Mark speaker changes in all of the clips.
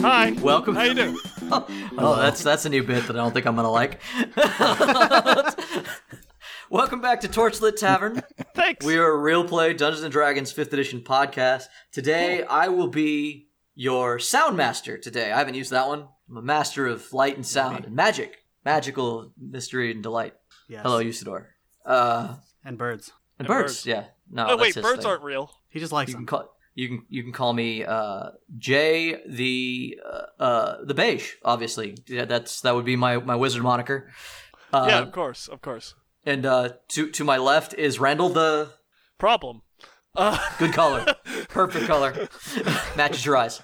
Speaker 1: Welcome.
Speaker 2: How you doing?
Speaker 1: Oh, that's that's a new bit that I don't think I'm gonna like. Welcome back to Torchlit Tavern.
Speaker 2: Thanks.
Speaker 1: We are a real play Dungeons and Dragons 5th edition podcast. Today I will be your sound master today. I haven't used that one. I'm a master of light and sound and magic. Magical mystery and delight.
Speaker 3: Yes.
Speaker 1: Hello, Usador. Uh
Speaker 3: And birds.
Speaker 1: and,
Speaker 2: And
Speaker 1: birds.
Speaker 2: birds.
Speaker 1: yeah. No,
Speaker 2: oh
Speaker 1: that's
Speaker 2: wait,
Speaker 1: his
Speaker 2: birds
Speaker 1: thing.
Speaker 2: aren't real.
Speaker 3: He just likes
Speaker 1: you can
Speaker 3: them.
Speaker 1: call you can you can call me uh Jay the uh, uh the beige obviously yeah, that's that would be my my wizard moniker uh,
Speaker 2: yeah, of course, of course.
Speaker 1: and uh to to my left is Randall the
Speaker 2: Problem. Uh,
Speaker 1: good color perfect color matches your eyes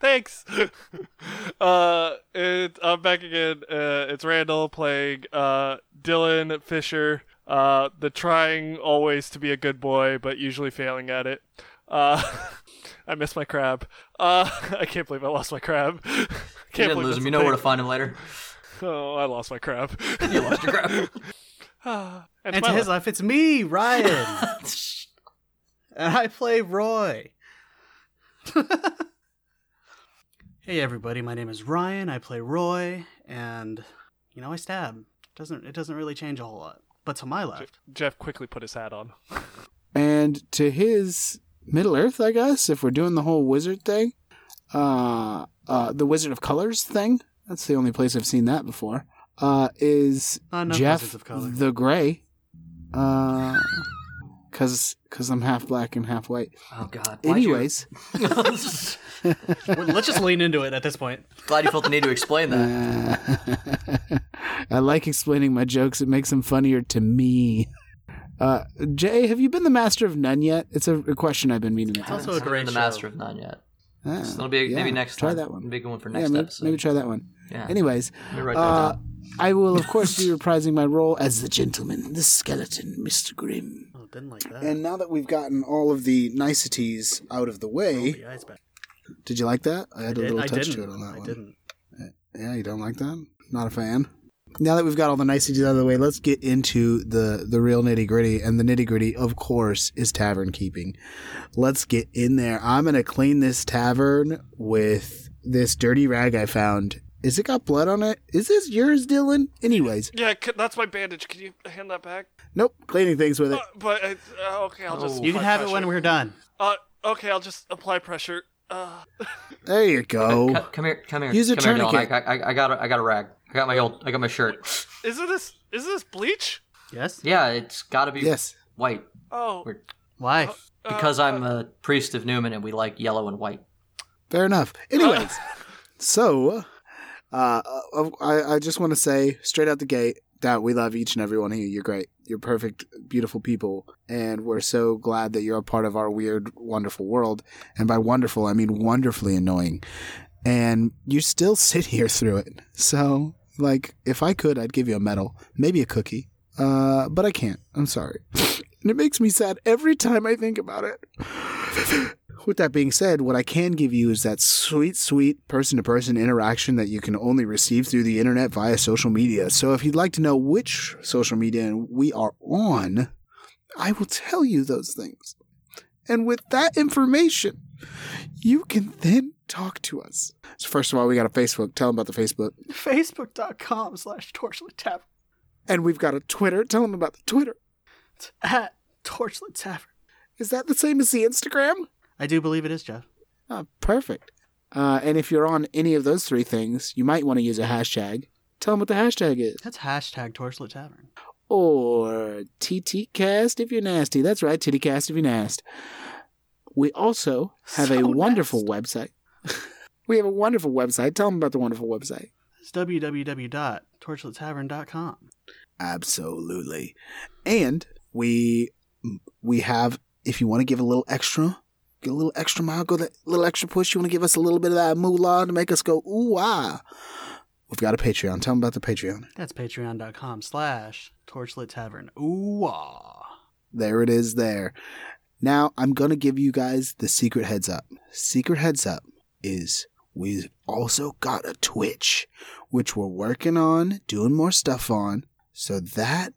Speaker 2: thanks. Uh, it, I'm back again. Uh, it's Randall playing uh, Dylan Fisher. Uh, the trying always to be a good boy, but usually failing at it. Uh, I miss my crab. Uh, I can't believe I lost my crab. Can't
Speaker 1: you didn't
Speaker 2: believe
Speaker 1: lose him
Speaker 2: that's
Speaker 1: you
Speaker 2: a
Speaker 1: know where to
Speaker 2: thing.
Speaker 1: find him later
Speaker 2: Oh, I lost my crab.
Speaker 1: you lost your grab
Speaker 2: That's
Speaker 3: And
Speaker 2: my
Speaker 3: to his
Speaker 2: life.
Speaker 3: left, it's me, Ryan. and I play Roy. hey everybody, my name is Ryan. I play Roy, and you know I stab. Doesn't it doesn't really change a whole lot. But to my left,
Speaker 2: Jeff quickly put his hat on.
Speaker 4: and to his Middle Earth, I guess, if we're doing the whole wizard thing, uh, uh, the Wizard of Colors thing. That's the only place I've seen that before. Uh, is
Speaker 3: not enough
Speaker 4: Jeff
Speaker 3: wizards of color.
Speaker 4: the Gray? Uh, cause, cause I'm half black and half white.
Speaker 1: oh god Why'd you-
Speaker 4: Anyways,
Speaker 3: Well, Let's just lean into it at this point.
Speaker 1: glad you felt the need to explain that
Speaker 4: uh, I like explaining my jokes. It makes them funnier to me. Uh, Jay, have you been the master of none yet? It's a, a question I've been meaning. to
Speaker 3: It's
Speaker 4: ask.
Speaker 3: also
Speaker 1: I
Speaker 3: a
Speaker 1: haven't
Speaker 3: great
Speaker 1: been the
Speaker 3: show.
Speaker 1: master of none yet
Speaker 4: Ah,
Speaker 1: so it'll be
Speaker 4: yeah,
Speaker 1: maybe next
Speaker 4: try
Speaker 1: time
Speaker 4: that one.
Speaker 1: big one for next
Speaker 4: yeah, maybe,
Speaker 1: episode
Speaker 4: maybe try that one.
Speaker 1: yeah
Speaker 4: Anyways,
Speaker 1: Let me write that
Speaker 4: uh,
Speaker 1: down.
Speaker 4: I will of course be reprising my role as the gentleman, the skeleton, Mr. Grimm.
Speaker 3: Oh, didn't like that.
Speaker 4: And now that we've gotten all of the niceties out of the
Speaker 1: Oh,
Speaker 3: Roll
Speaker 4: way,
Speaker 3: the eyes back.
Speaker 4: did you like that? I had
Speaker 3: Did-
Speaker 4: a little
Speaker 3: I
Speaker 4: touch
Speaker 3: didn't.
Speaker 4: to it on that
Speaker 3: I
Speaker 4: one.
Speaker 3: didn't.
Speaker 4: Yeah, you don't like that? Not a fan. Now that we've got all the niceties out of the way, let's get into the the real nitty gritty. And the nitty gritty, of course, is tavern keeping. Let's get in there. I'm gonna clean this tavern with this dirty rag I found. Is it got blood on it? Is this yours, Dylan? Anyways,
Speaker 2: Yeah, c- that's my bandage. Can you hand that back?
Speaker 4: nope. Cleaning things with
Speaker 2: Uh,
Speaker 4: it.
Speaker 2: but uh, uh, okay, I'll just.
Speaker 1: Oh.
Speaker 3: You can
Speaker 2: apply
Speaker 3: have it
Speaker 2: pressure.
Speaker 3: when we're done.
Speaker 2: Uh, okay, I'll just apply pressure. Uh,
Speaker 4: There you
Speaker 1: Co-
Speaker 4: go.
Speaker 1: Uh, come here, come here.
Speaker 4: Oh. Use a
Speaker 1: come here,
Speaker 4: tourniquet.
Speaker 1: Dylan. I, I, I got a, I got a rag. I got my old. I got my shirt.
Speaker 2: isn't this isn't this bleach?
Speaker 3: Yes.
Speaker 1: Yeah, it's got to be
Speaker 4: Yes.
Speaker 1: white
Speaker 2: Oh,
Speaker 1: We're-
Speaker 3: Why?
Speaker 2: uh,
Speaker 1: because I'm a priest of Newman and we like yellow and white.
Speaker 4: Fair enough. Anyways, so uh, I, I just want to say straight out the gate that we love each and every one of you. You're great. You're perfect, beautiful people. And we're so glad that you're a part of our weird, wonderful world. And by wonderful, I mean wonderfully annoying. And you still sit here through it. So, like, if I could, I'd give you a medal, maybe a cookie. Uh, but I can't. I'm sorry. and it makes me sad every time I think about it. With that being said, what I can give you is that sweet, sweet person to person interaction that you can only receive through the internet via social media. So if you'd like to know which social media we are on, I will tell you those things. And with that information, you can then talk to us. So first of all, we got a Facebook. Tell them about the Facebook.
Speaker 3: Facebook.com slash torchlit tavern.
Speaker 4: And we've got a Twitter. Tell them about the Twitter.
Speaker 3: It's at torchlit tavern.
Speaker 4: Is that the same as the Instagram?
Speaker 3: I do believe it is, Jeff.
Speaker 4: Ah, perfect. Uh, and if you're on any of those three things, you might want to use a hashtag. Tell them what the hashtag is.
Speaker 3: That's hashtag torchlit tavern.
Speaker 4: Or TTCast if you're nasty. That's right, TTCast if you're nasty. We also have a
Speaker 3: So
Speaker 4: wonderful website. we have a wonderful website. Tell them about the wonderful website.
Speaker 3: It's www.torchlittavern.com.
Speaker 4: Absolutely. And we we have if you want to give a little extra, get a little extra mile, go that little extra push, you want to give us a little bit of that moolah to make us go ooh ah. We've got a Patreon. Tell them about the Patreon.
Speaker 3: That's patreon.com slash torchlit tavern. Ooh, ah.
Speaker 4: There it is there. Now I'm going to give you guys the secret heads up. Secret heads up is we've also got a Twitch which we're working on, doing more stuff on. So that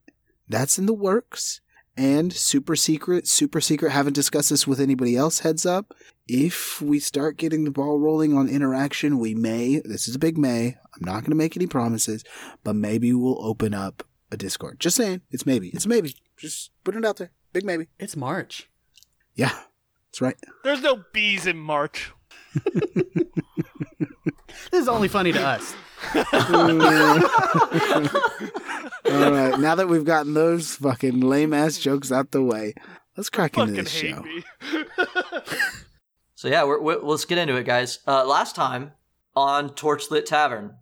Speaker 4: that's in the works. And super secret, super secret, haven't discussed this with anybody else, heads up. If we start getting the ball rolling on interaction, we may, this is a big may, I'm not going to make any promises, but maybe we'll open up a Discord. Just saying, it's maybe. It's a maybe. Just putting it out there. Big maybe.
Speaker 3: It's March.
Speaker 4: Yeah, that's right.
Speaker 2: There's no bees in March.
Speaker 3: This is only funny to us.
Speaker 4: Mm. All right, now that we've gotten those fucking lame ass jokes out the way, let's crack
Speaker 2: Fucking
Speaker 4: into this
Speaker 2: hate
Speaker 4: show.
Speaker 2: me.
Speaker 1: So yeah, we're, we let's get into it, guys. Uh, last time on Torchlit Tavern,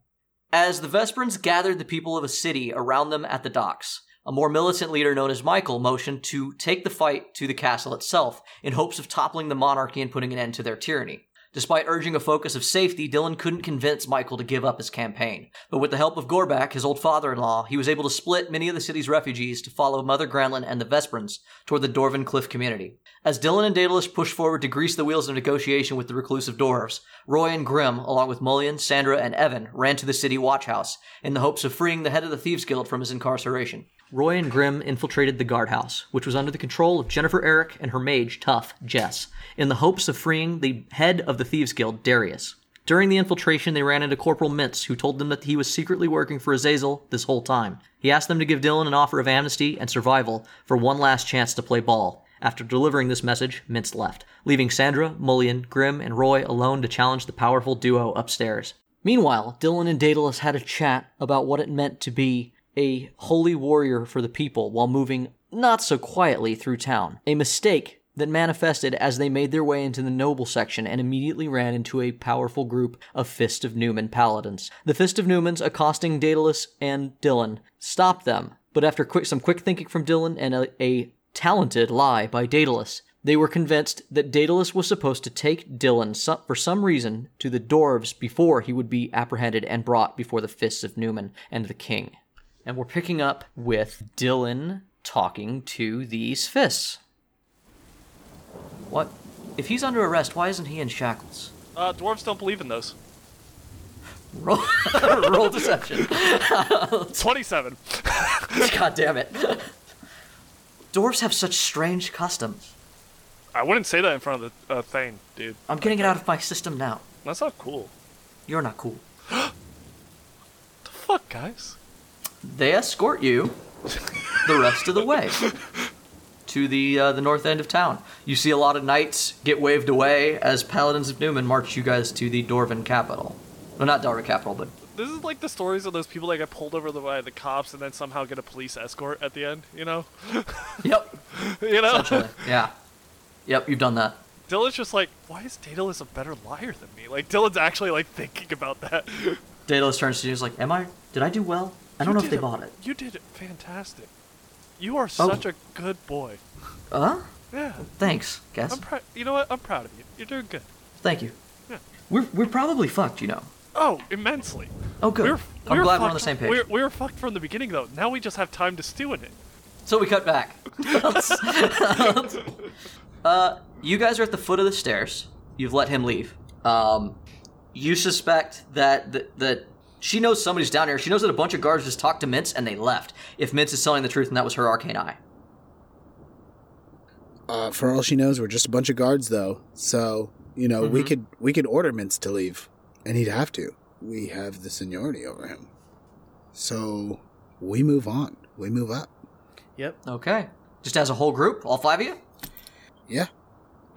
Speaker 1: as the Vesperans gathered the people of a city around them at the docks, a more militant leader known as Michael motioned to take the fight to the castle itself in hopes of toppling the monarchy and putting an end to their tyranny. Despite urging a focus of safety, Dylan couldn't convince Michael to give up his campaign. But with the help of Gorbak, his old father in law, he was able to split many of the city's refugees to follow Mother Granlin and the Vesperans toward the Dorvan Cliff community. As Dylan and Daedalus pushed forward to grease the wheels of negotiation with the reclusive dwarves, Roy and Grim, along with Mullion, Sandra, and Evan, ran to the city watch house in the hopes of freeing the head of the Thieves Guild from his incarceration. Roy and Grim infiltrated the guardhouse, which was under the control of Jennifer Eric and her mage, Tough, Jess, in the hopes of freeing the head of the Thieves Guild, Darius. During the infiltration, they ran into Corporal Mintz, who told them that he was secretly working for Azazel this whole time. He asked them to give Dylan an offer of amnesty and survival for one last chance to play ball. After delivering this message, Mintz left, leaving Sandra, Mullion, Grim, and Roy alone to challenge the powerful duo upstairs. Meanwhile, Dylan and Daedalus had a chat about what it meant to be a holy warrior for the people while moving not so quietly through town. A mistake that manifested as they made their way into the noble section and immediately ran into a powerful group of Fist of Newman paladins. The Fist of Newmans, accosting Daedalus and Dylan, stopped them, but after quick, some quick thinking from Dylan and a, a talented lie by Daedalus, they were convinced that Daedalus was supposed to take Dylan so- for some reason to the Dwarves before he would be apprehended and brought before the Fists of Newman and the King. And we're picking up with Dylan talking to these fists. What? If he's under arrest, why isn't he in shackles?
Speaker 2: Uh, dwarves don't believe in those.
Speaker 1: Roll, roll deception.
Speaker 2: 27.
Speaker 1: God damn it. Dwarves have such strange customs.
Speaker 2: I wouldn't say that in front of the uh, Thane, dude.
Speaker 1: I'm getting it out of my system now.
Speaker 2: That's not cool.
Speaker 1: You're not cool.
Speaker 2: The fuck, guys?
Speaker 1: They escort you the rest of the way to the uh, the north end of town. You see a lot of knights get waved away as paladins of Newman march you guys to the Dorvan capital. Well, not Dorvan capital, but
Speaker 2: This is like the stories of those people that get pulled over the, by the cops and then somehow get a police escort at the end, you know?
Speaker 1: yep,
Speaker 2: you know?
Speaker 1: essentially, yeah, yep. You've done that.
Speaker 2: Dylan's just like, why is Daedalus a better liar than me? Like, Dylan's actually, like, thinking about that.
Speaker 1: Daedalus turns to you and is like, "Am I? Did I do well? I don't
Speaker 2: You
Speaker 1: know if
Speaker 2: did
Speaker 1: they bought it. Oh.
Speaker 2: You did fantastic. You are such a good boy.
Speaker 1: Huh?
Speaker 2: Yeah.
Speaker 1: "Uh-huh. Thanks, guess.
Speaker 2: I'm proud. You know what? I'm proud of you. You're doing good.
Speaker 1: Thank you.
Speaker 2: Yeah.
Speaker 1: We're we're probably fucked, you know.
Speaker 2: Oh, immensely.
Speaker 1: Oh, good.
Speaker 2: We were, we
Speaker 1: I'm
Speaker 2: were
Speaker 1: glad we're
Speaker 2: fucked-
Speaker 1: on the same page.
Speaker 2: We were, we were fucked from the beginning, though. Now we just have time to stew in it.
Speaker 1: So we cut back. uh, you guys are at the foot of the stairs. You've let him leave. Um, you suspect that that, that she knows somebody's down here. She knows that a bunch of guards just talked to Mintz and they left. If Mintz is telling the truth, and that was her arcane eye.
Speaker 4: Uh, for all she knows, we're just a bunch of guards, though. So you know, we
Speaker 1: Mhm.
Speaker 4: could we could order Mintz to leave, and he'd have to. We have the seniority over him, so we move on. We move up.
Speaker 3: Yep.
Speaker 1: Okay. Just as a whole group, all five of you.
Speaker 4: Yeah.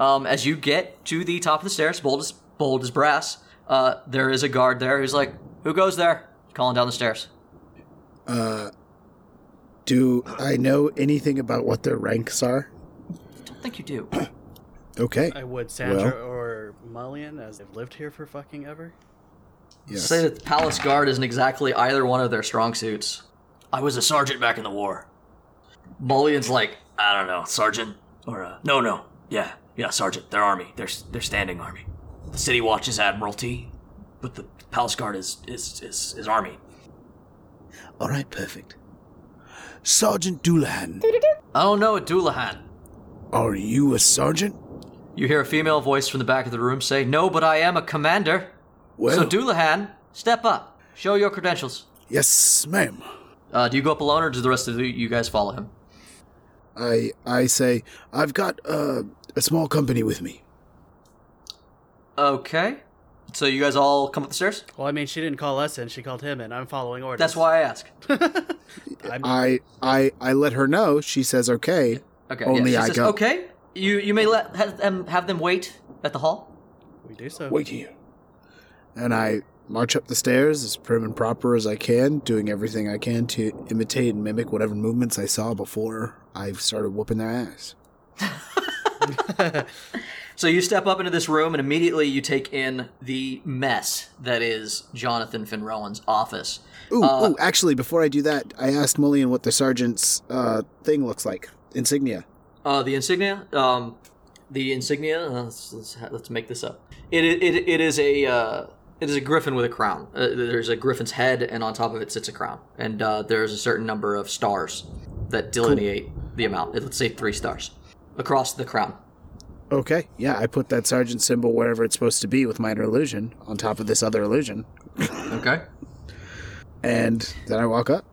Speaker 1: Um, as you get to the top of the stairs, bold as bold as brass, uh, there is a guard there who's like, "Who goes there?" Calling down the stairs.
Speaker 4: Uh, do I know anything about what their ranks are?
Speaker 1: Don't think you do.
Speaker 4: Okay.
Speaker 3: I would Sandra or Mullion, as they've lived here for fucking ever.
Speaker 4: Yes.
Speaker 1: Say that the palace guard isn't exactly either one of their strong suits. I was a sergeant back in the war. Mullion's like, I don't know, sergeant or uh, no, no, yeah, yeah, sergeant. Their army, their their standing army. The city watch is admiralty, but the palace guard is is is, is army.
Speaker 4: All right. Perfect. Sergeant Doolahan,
Speaker 1: I don't know, Dulahan.
Speaker 4: are you a sergeant?
Speaker 1: You hear a female voice from the back of the room say, "No, but I am a commander."
Speaker 4: Well,
Speaker 1: So Dulahan, step up, show your credentials.
Speaker 4: yes, ma'am.
Speaker 1: Uh, do you go up alone, or do the rest of you guys follow him?
Speaker 4: I I say I've got uh, a small company with me.
Speaker 1: Okay. So you guys all come up the stairs?
Speaker 3: Well, I mean, she didn't call us in; she called him in. I'm following orders.
Speaker 1: That's why I ask.
Speaker 3: I'm,
Speaker 4: I I I let her know. She says okay.
Speaker 1: Okay.
Speaker 4: Only
Speaker 1: yeah. She
Speaker 4: I
Speaker 1: says,
Speaker 4: go.
Speaker 1: Okay. You you may let have them, have them wait at the hall.
Speaker 3: we do so.
Speaker 4: Wait here. And I march up the stairs as prim and proper as I can, doing everything I can to imitate and mimic whatever movements I saw before I started whooping their ass.
Speaker 1: So you step up into this room and immediately you take in the mess that is Jonathan Finrowan's office.
Speaker 4: Ooh, ooh, actually, before I do that, I asked Mullion what the sergeant's uh, thing looks like insignia.
Speaker 1: Uh, the insignia. Um, the insignia. uh, Let's, let's, let's make this up. It i- it it is a uh, it is a griffin with a crown. Uh, there's a griffin's head, and on top of it sits a crown. And uh, there's a certain number of stars that delineate the amount. Let's say three stars across the crown.
Speaker 4: Okay, yeah, I put that sergeant symbol wherever it's supposed to be with minor illusion on top of this other illusion,
Speaker 1: Okay.
Speaker 4: and then I walk up.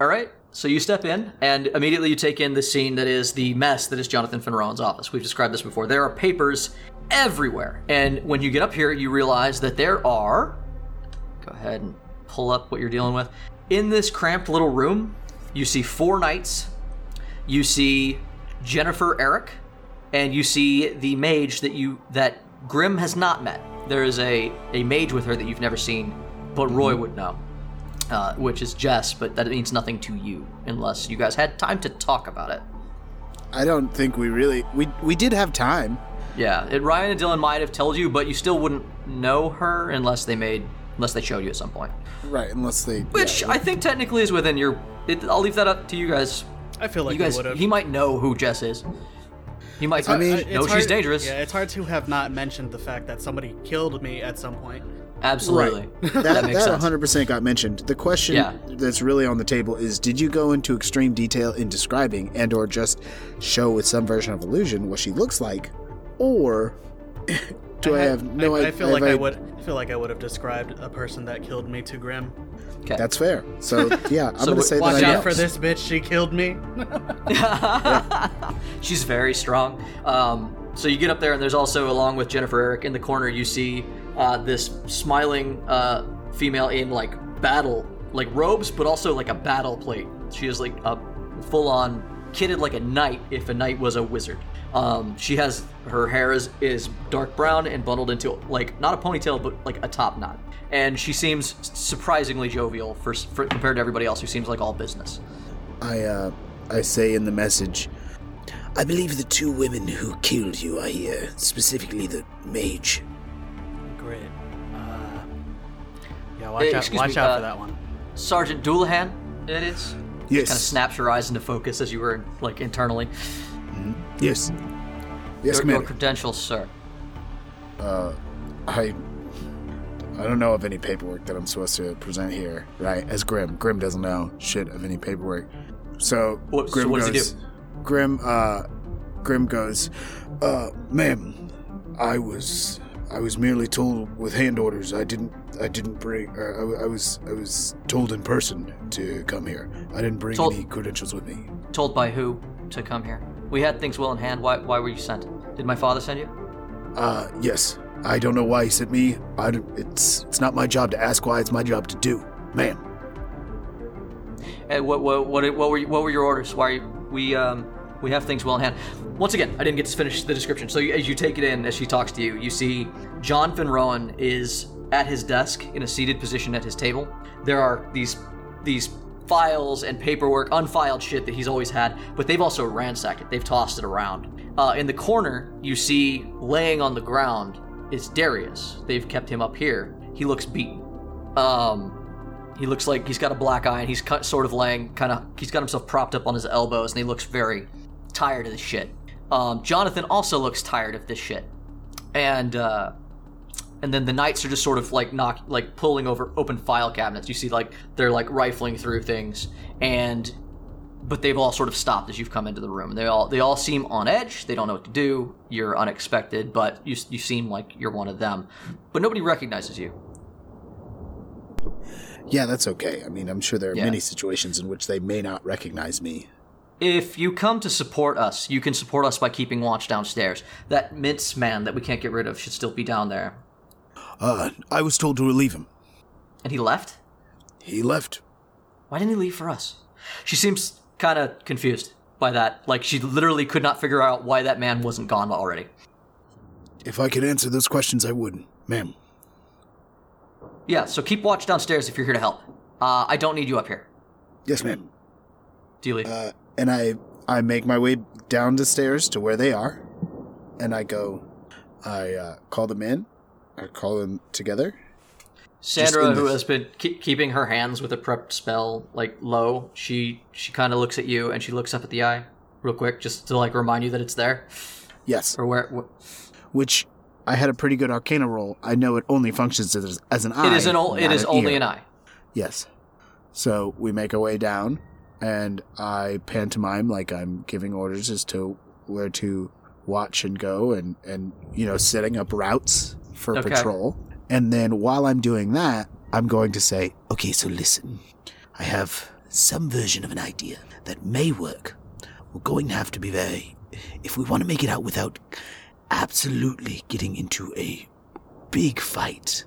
Speaker 1: All right. So you step in, and immediately you take in the scene that is the mess that is Jonathan Finrowan's office. We've described this before. There are papers everywhere, and when you get up here, you realize that there are. Go ahead and pull up what you're dealing with. In this cramped little room, you see four knights. You see Jennifer Eric, and you see the mage that you that Grim has not met. There is a a mage with her that you've never seen, but Roy would know uh, which is Jess, but that means nothing to you unless you guys had time to talk about it.
Speaker 4: I don't think we really we we did have time.
Speaker 1: Yeah, it, Ryan and Dylan might have told you, but you still wouldn't know her unless they made unless they showed you at some point.
Speaker 4: Right, unless they
Speaker 1: Which I think technically is within your. It, I'll leave that up to you guys.
Speaker 3: I feel like
Speaker 1: you guys,
Speaker 3: would have.
Speaker 1: he might know who Jess is. He might.
Speaker 4: I mean-
Speaker 1: know she's dangerous.
Speaker 3: Yeah, it's hard to have not mentioned the fact that somebody killed me at some point.
Speaker 1: absolutely.
Speaker 4: that, that,
Speaker 1: makes sense.
Speaker 4: 100% got mentioned. The question
Speaker 1: Yeah.
Speaker 4: that's really on the table is did you go into extreme detail in describing and or just show with some version of illusion what she looks like or do I,
Speaker 3: had-
Speaker 4: have no
Speaker 3: I,
Speaker 4: idea?
Speaker 3: I feel like I, would. I feel like I would have described a person that killed me to Grim.
Speaker 4: That's fair. So, yeah, I'm going
Speaker 1: we-
Speaker 4: to say
Speaker 3: Watch
Speaker 4: that I
Speaker 3: out
Speaker 4: know.
Speaker 3: for this bitch. She killed me.
Speaker 1: She's very strong. Um, so you get up there, and there's also, along with Jennifer Eric, in the corner, you see uh, this smiling uh, female in like battle, like robes, but also like a battle plate. She is like a full on kitted like a knight if a knight was a wizard. Um, she has her hair is, is dark brown and bundled into like not a ponytail but like a top knot, and she seems surprisingly jovial for, for compared to everybody else who seems like all business.
Speaker 4: I uh I say in the message I believe the two women who killed you are here, specifically the mage.
Speaker 3: Great. Uh, yeah, watch
Speaker 1: Hey,
Speaker 3: out.
Speaker 1: excuse
Speaker 3: Watch
Speaker 1: me,
Speaker 3: out
Speaker 1: uh,
Speaker 3: for that one.
Speaker 1: Sergeant Doulahan, it is.
Speaker 4: Yes.
Speaker 1: kind of snaps your eyes into focus as you were like internally.
Speaker 4: Yes. Yes,
Speaker 1: your, your
Speaker 4: Commander.
Speaker 1: credentials, sir.
Speaker 4: I I don't know of any paperwork that I'm supposed to present here, right? As Grim, Grim doesn't know shit of any paperwork. So
Speaker 1: What- so
Speaker 4: Grim
Speaker 1: what does he
Speaker 4: goes,
Speaker 1: do?
Speaker 4: Grim, uh, Grim goes, uh, ma'am, I was I was merely told with hand orders. I didn't I didn't bring. Uh, I, I was I was told in person to come here. I didn't bring
Speaker 1: Told-
Speaker 4: any credentials with me.
Speaker 1: Told by who to come here? We had things well in hand. Why, why were you sent? Did my father send you?
Speaker 4: Uh, yes. I don't know why he sent me. I don't- it's it's not my job to ask why. It's my job to do, ma'am.
Speaker 1: Eh, what, what, what, what were you, what were your orders? Why are you, we um we have things well in hand? Once again, I didn't get to finish the description. So you, as you take it in, as she talks to you, you see John Finrowan is at his desk in a seated position at his table. There are these these files and paperwork, unfiled shit that he's always had, but they've also ransacked it. They've tossed it around. Uh, in the corner, you see laying on the ground is Darius. They've kept him up here. He looks beaten. Um, he looks like he's got a black eye, and he's cut, sort of laying, kind of. He's got himself propped up on his elbows, and he looks very tired of this shit. Um, Jonathan also looks tired of this shit, and uh, and then the knights are just sort of like knock like pulling over open file cabinets you see like they're like rifling through things and but they've all sort of stopped as you've come into the room and they all they all seem on edge they don't know what to do you're unexpected but you, you seem like you're one of them but nobody recognizes you
Speaker 4: Yeah, that's okay. I mean, I'm sure there are
Speaker 1: Yeah.
Speaker 4: many situations in which they may not recognize me.
Speaker 1: If you come to support us, you can support us by keeping watch downstairs. That mince man that we can't get rid of should still be down there.
Speaker 5: Uh, I was told to relieve him.
Speaker 1: And he left?
Speaker 5: He left.
Speaker 1: Why didn't he leave for us? She seems kind of confused by that. Like, she literally could not figure out why that man wasn't gone already.
Speaker 5: If I could answer those questions, I would, ma'am.
Speaker 1: Yeah, so keep watch downstairs if you're here to help. Uh, I don't need you up here.
Speaker 5: Yes, ma'am.
Speaker 1: Do you leave?
Speaker 4: Uh, and I I make my way down the stairs to where they are, and I go. I uh, call them in. I call them together.
Speaker 1: Sandra,
Speaker 4: in
Speaker 1: who
Speaker 4: this-
Speaker 1: has been keep, keeping her hands with a prepped spell like low, she she kind of looks at you and she looks up at the eye real quick just to like remind you that it's there
Speaker 4: Yes,
Speaker 1: or where wh-
Speaker 4: which I had a pretty good Arcana roll. I know it only functions as, as an eye.
Speaker 1: it is an ol- it
Speaker 4: not
Speaker 1: is
Speaker 4: an
Speaker 1: only
Speaker 4: ear.
Speaker 1: an eye.
Speaker 4: Yes. So we make our way down, and I pantomime like I'm giving orders as to where to watch and go, and and you know setting up routes for
Speaker 1: Okay.
Speaker 4: patrol. And then while I'm doing that, I'm going to say, "Okay, so listen,
Speaker 5: I have some version of an idea that may work. We're going to have to be very. If we want to make it out without absolutely getting into a big fight,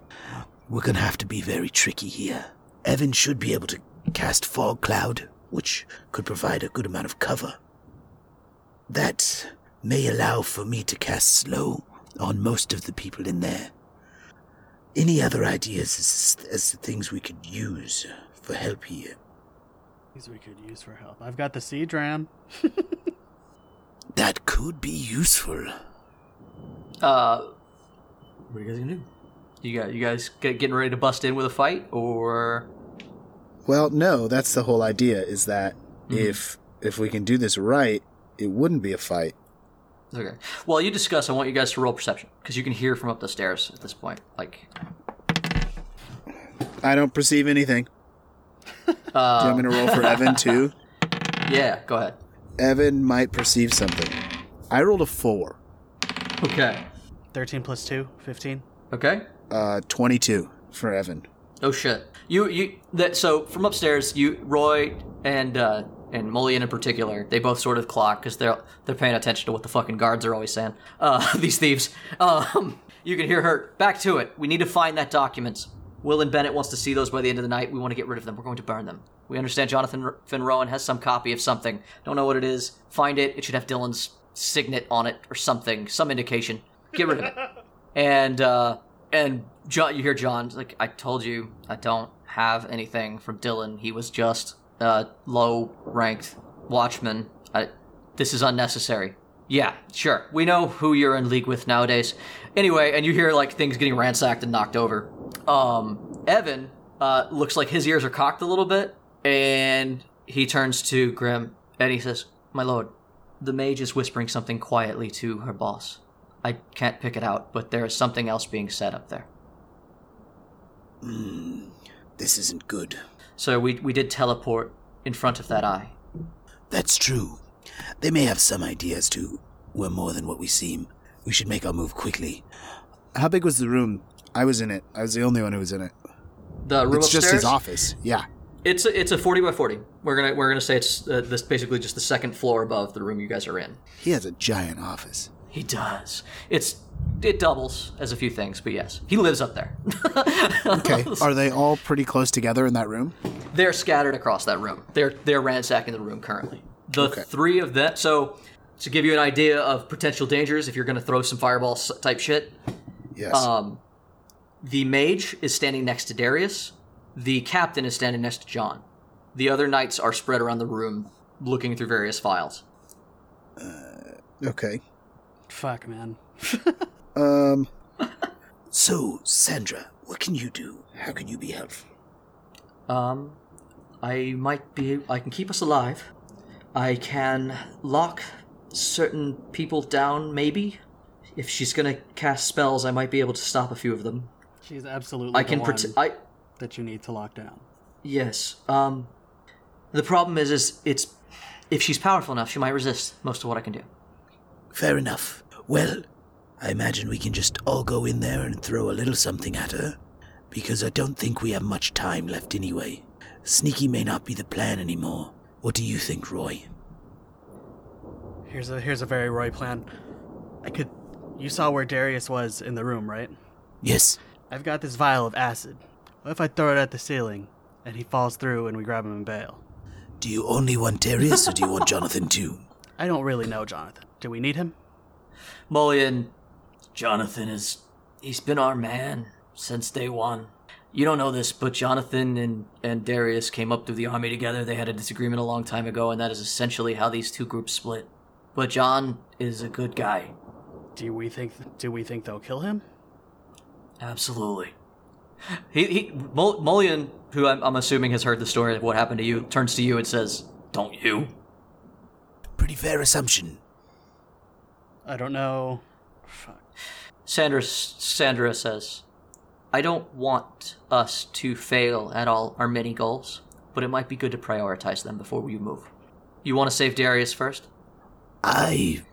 Speaker 5: we're going to have to be very tricky here. Evan should be able to cast Fog Cloud, which could provide a good amount of cover. That may allow for me to cast Slow on most of the people in there. Any other ideas as, as to things we could use for help here?
Speaker 3: These we could use for help. I've got the sea dram.
Speaker 5: That could be useful.
Speaker 1: Uh, what are you guys gonna do? You got you guys get, getting ready to bust in with a fight or
Speaker 4: Well, no, that's the whole idea is that
Speaker 5: Mm-hmm.
Speaker 1: Mhm.
Speaker 4: if if we can do this right, it wouldn't be a fight.
Speaker 1: okay? While you discuss, I want you guys to roll perception because you can hear from up the stairs at this point. Like,
Speaker 4: I don't perceive anything.
Speaker 1: uh,
Speaker 4: Do you want me to roll for Evan too?
Speaker 1: yeah, go ahead.
Speaker 4: Evan might perceive something. I rolled a four.
Speaker 1: Okay,
Speaker 3: 13 plus 2, 15.
Speaker 1: okay.
Speaker 4: Uh, twenty-two for Evan.
Speaker 1: Oh shit! You you that so from upstairs, you Roy and uh, and Mullion in particular, they both sort of clock because they're they're paying attention to what the fucking guards are always saying. Uh, these thieves. Um, you can hear her. Back to it. We need to find that document. Will and Bennett wants to see those by the end of the night. We want to get rid of them. We're going to burn them. We understand Jonathan R- Finrowan has some copy of something. Don't know what it is. Find it. It should have Dylan's signet on it or something, some indication. Get rid of it. and uh and John, you hear John like, "I told you, I don't have anything from Dylan. He was just uh low ranked watchman. I, this is unnecessary." Yeah, sure. We know who you're in league with nowadays. Anyway, and you hear like things getting ransacked and knocked over. Um, Evan uh, looks like his ears are cocked a little bit, and he turns to Grim and he says, "My lord, the mage is whispering something quietly to her boss. I can't pick it out, but there is something else being said up there.
Speaker 5: Hmm. This isn't good.
Speaker 1: So we we did teleport in front of that eye.
Speaker 5: That's true. They may have some ideas too. We're more than what we seem. We should make our move quickly.
Speaker 4: How big was the room? I was in it. I was the only one who was in it.
Speaker 1: The room
Speaker 4: it's
Speaker 1: upstairs.
Speaker 4: just his office. Yeah.
Speaker 1: It's a, it's a forty by forty. We're gonna we're gonna say it's uh, this basically just the second floor above the room you guys are in.
Speaker 4: He has a giant office.
Speaker 1: He does. It's it doubles as a few things, but yes, he lives up there.
Speaker 4: Okay. Are they all pretty close together in that room?
Speaker 1: they're scattered across that room. They're they're ransacking the room currently. The three of them. So to give you an idea of potential dangers, if you're going to throw some fireball s- type shit,
Speaker 4: Yes.
Speaker 1: um, the mage is standing next to Darius. The captain is standing next to John. The other knights are spread around the room, looking through various files.
Speaker 4: okay.
Speaker 3: Fuck, man.
Speaker 4: Um.
Speaker 5: So, Sandra, what can you do? How can you be helpful?
Speaker 1: Um, I might be. I can keep us alive. I can lock certain people down, maybe. If she's gonna cast spells, I might be able to stop a few of them.
Speaker 3: She's absolutely
Speaker 1: I can
Speaker 3: pretend
Speaker 1: protect. I
Speaker 3: that you need to lock down.
Speaker 1: yes. Um, the problem is, is it's if she's powerful enough, she might resist most of what I can do.
Speaker 5: Fair enough. Well, I imagine we can just all go in there and throw a little something at her, because I don't think we have much time left anyway. Sneaky may not be the plan anymore. What do you think, Roy?
Speaker 3: Here's a here's a very Roy plan. I could. You saw where Darius was in the room, right?
Speaker 5: Yes.
Speaker 3: I've got this vial of acid. What if I throw it at the ceiling and he falls through and we grab him and bail?
Speaker 5: Do you only want Darius or do you want Jonathan too?
Speaker 3: I don't really know, Jonathan. Do we need him?
Speaker 1: Mullion, Jonathan is. He's been our man since day one. You don't know this, but Jonathan and, and Darius came up through the army together. They had a disagreement a long time ago, and that is essentially how these two groups split. But John is a good guy.
Speaker 3: Do we think do we think they'll kill him?
Speaker 1: Absolutely. He, he Mul- Mullion, who I'm, I'm assuming has heard the story of what happened to you, turns to you and says, Don't you?
Speaker 5: Pretty fair assumption.
Speaker 3: I don't know. Fuck.
Speaker 1: Sandra, Sandra says, I don't want us to fail at all our many goals, but it might be good to prioritize them before we move. You want to save Darius first?
Speaker 5: I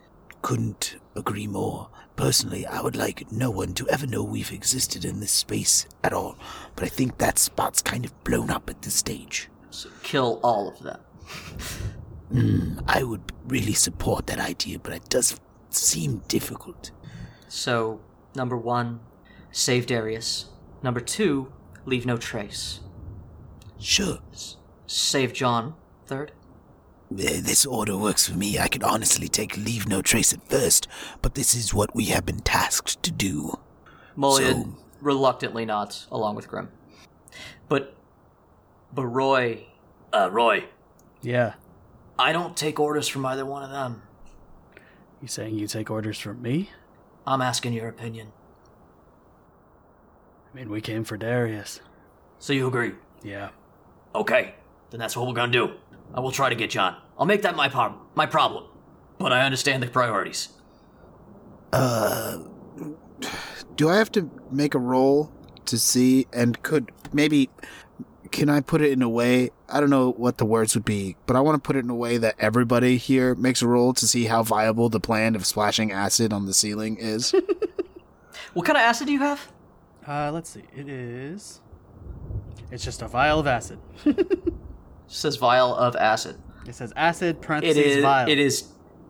Speaker 5: couldn't agree more. Personally, I would like no one to ever know we've existed in this space at all, but I think that spot's kind of blown up at this stage.
Speaker 1: So kill all of them.
Speaker 5: Mm, I would really support that idea, but it does seem difficult.
Speaker 1: So, number one, save Darius. Number two, leave no trace.
Speaker 5: Sure,
Speaker 1: S- save John. Third.
Speaker 5: eh, this order works for me. I could honestly take leave no trace at first, but this is what we have been tasked to do.
Speaker 1: Mullion
Speaker 5: So-
Speaker 1: reluctantly nods along with Grim. But, but Roy, uh, Roy,
Speaker 3: Yeah.
Speaker 1: I don't take orders from either one of them.
Speaker 3: You saying you take orders from me?
Speaker 1: I'm asking your opinion.
Speaker 3: I mean, we came for Darius.
Speaker 1: So you agree?
Speaker 3: Yeah.
Speaker 1: Okay, then that's what we're gonna do. I will try to get John. I'll make that my problem. My problem. But I understand the priorities.
Speaker 5: Uh,
Speaker 4: Do I have to make a roll to see and could maybe can I put it in a way I don't know what the words would be, but I want to put it in a way that everybody here makes a roll to see how viable the plan of splashing acid on the ceiling is.
Speaker 1: What kind of acid do you have?
Speaker 3: Uh, let's see. It is. It's just a vial of acid.
Speaker 1: Says vial of acid.
Speaker 3: It says acid parentheses
Speaker 1: It is.
Speaker 3: vial.
Speaker 1: It is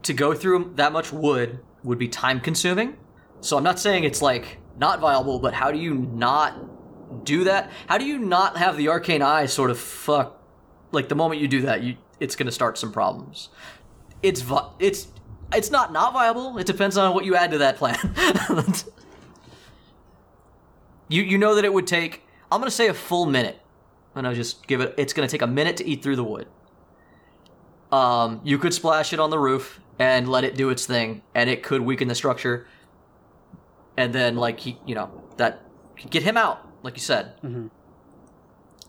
Speaker 1: to go through that much wood would be time consuming. So I'm not saying it's like not viable, but how do you not do that? How do you not have the arcane eye sort of fuck? Like the moment you do that, you it's gonna start some problems. It's vi- it's it's not not viable. It depends on what you add to that plan. you you know that it would take. I'm gonna say a full minute. And I'll just give it. It's gonna take a minute to eat through the wood. Um, you could splash it on the roof and let it do its thing, and it could weaken the structure. And then, like he, you know, that get him out, like you said.
Speaker 3: Mhm.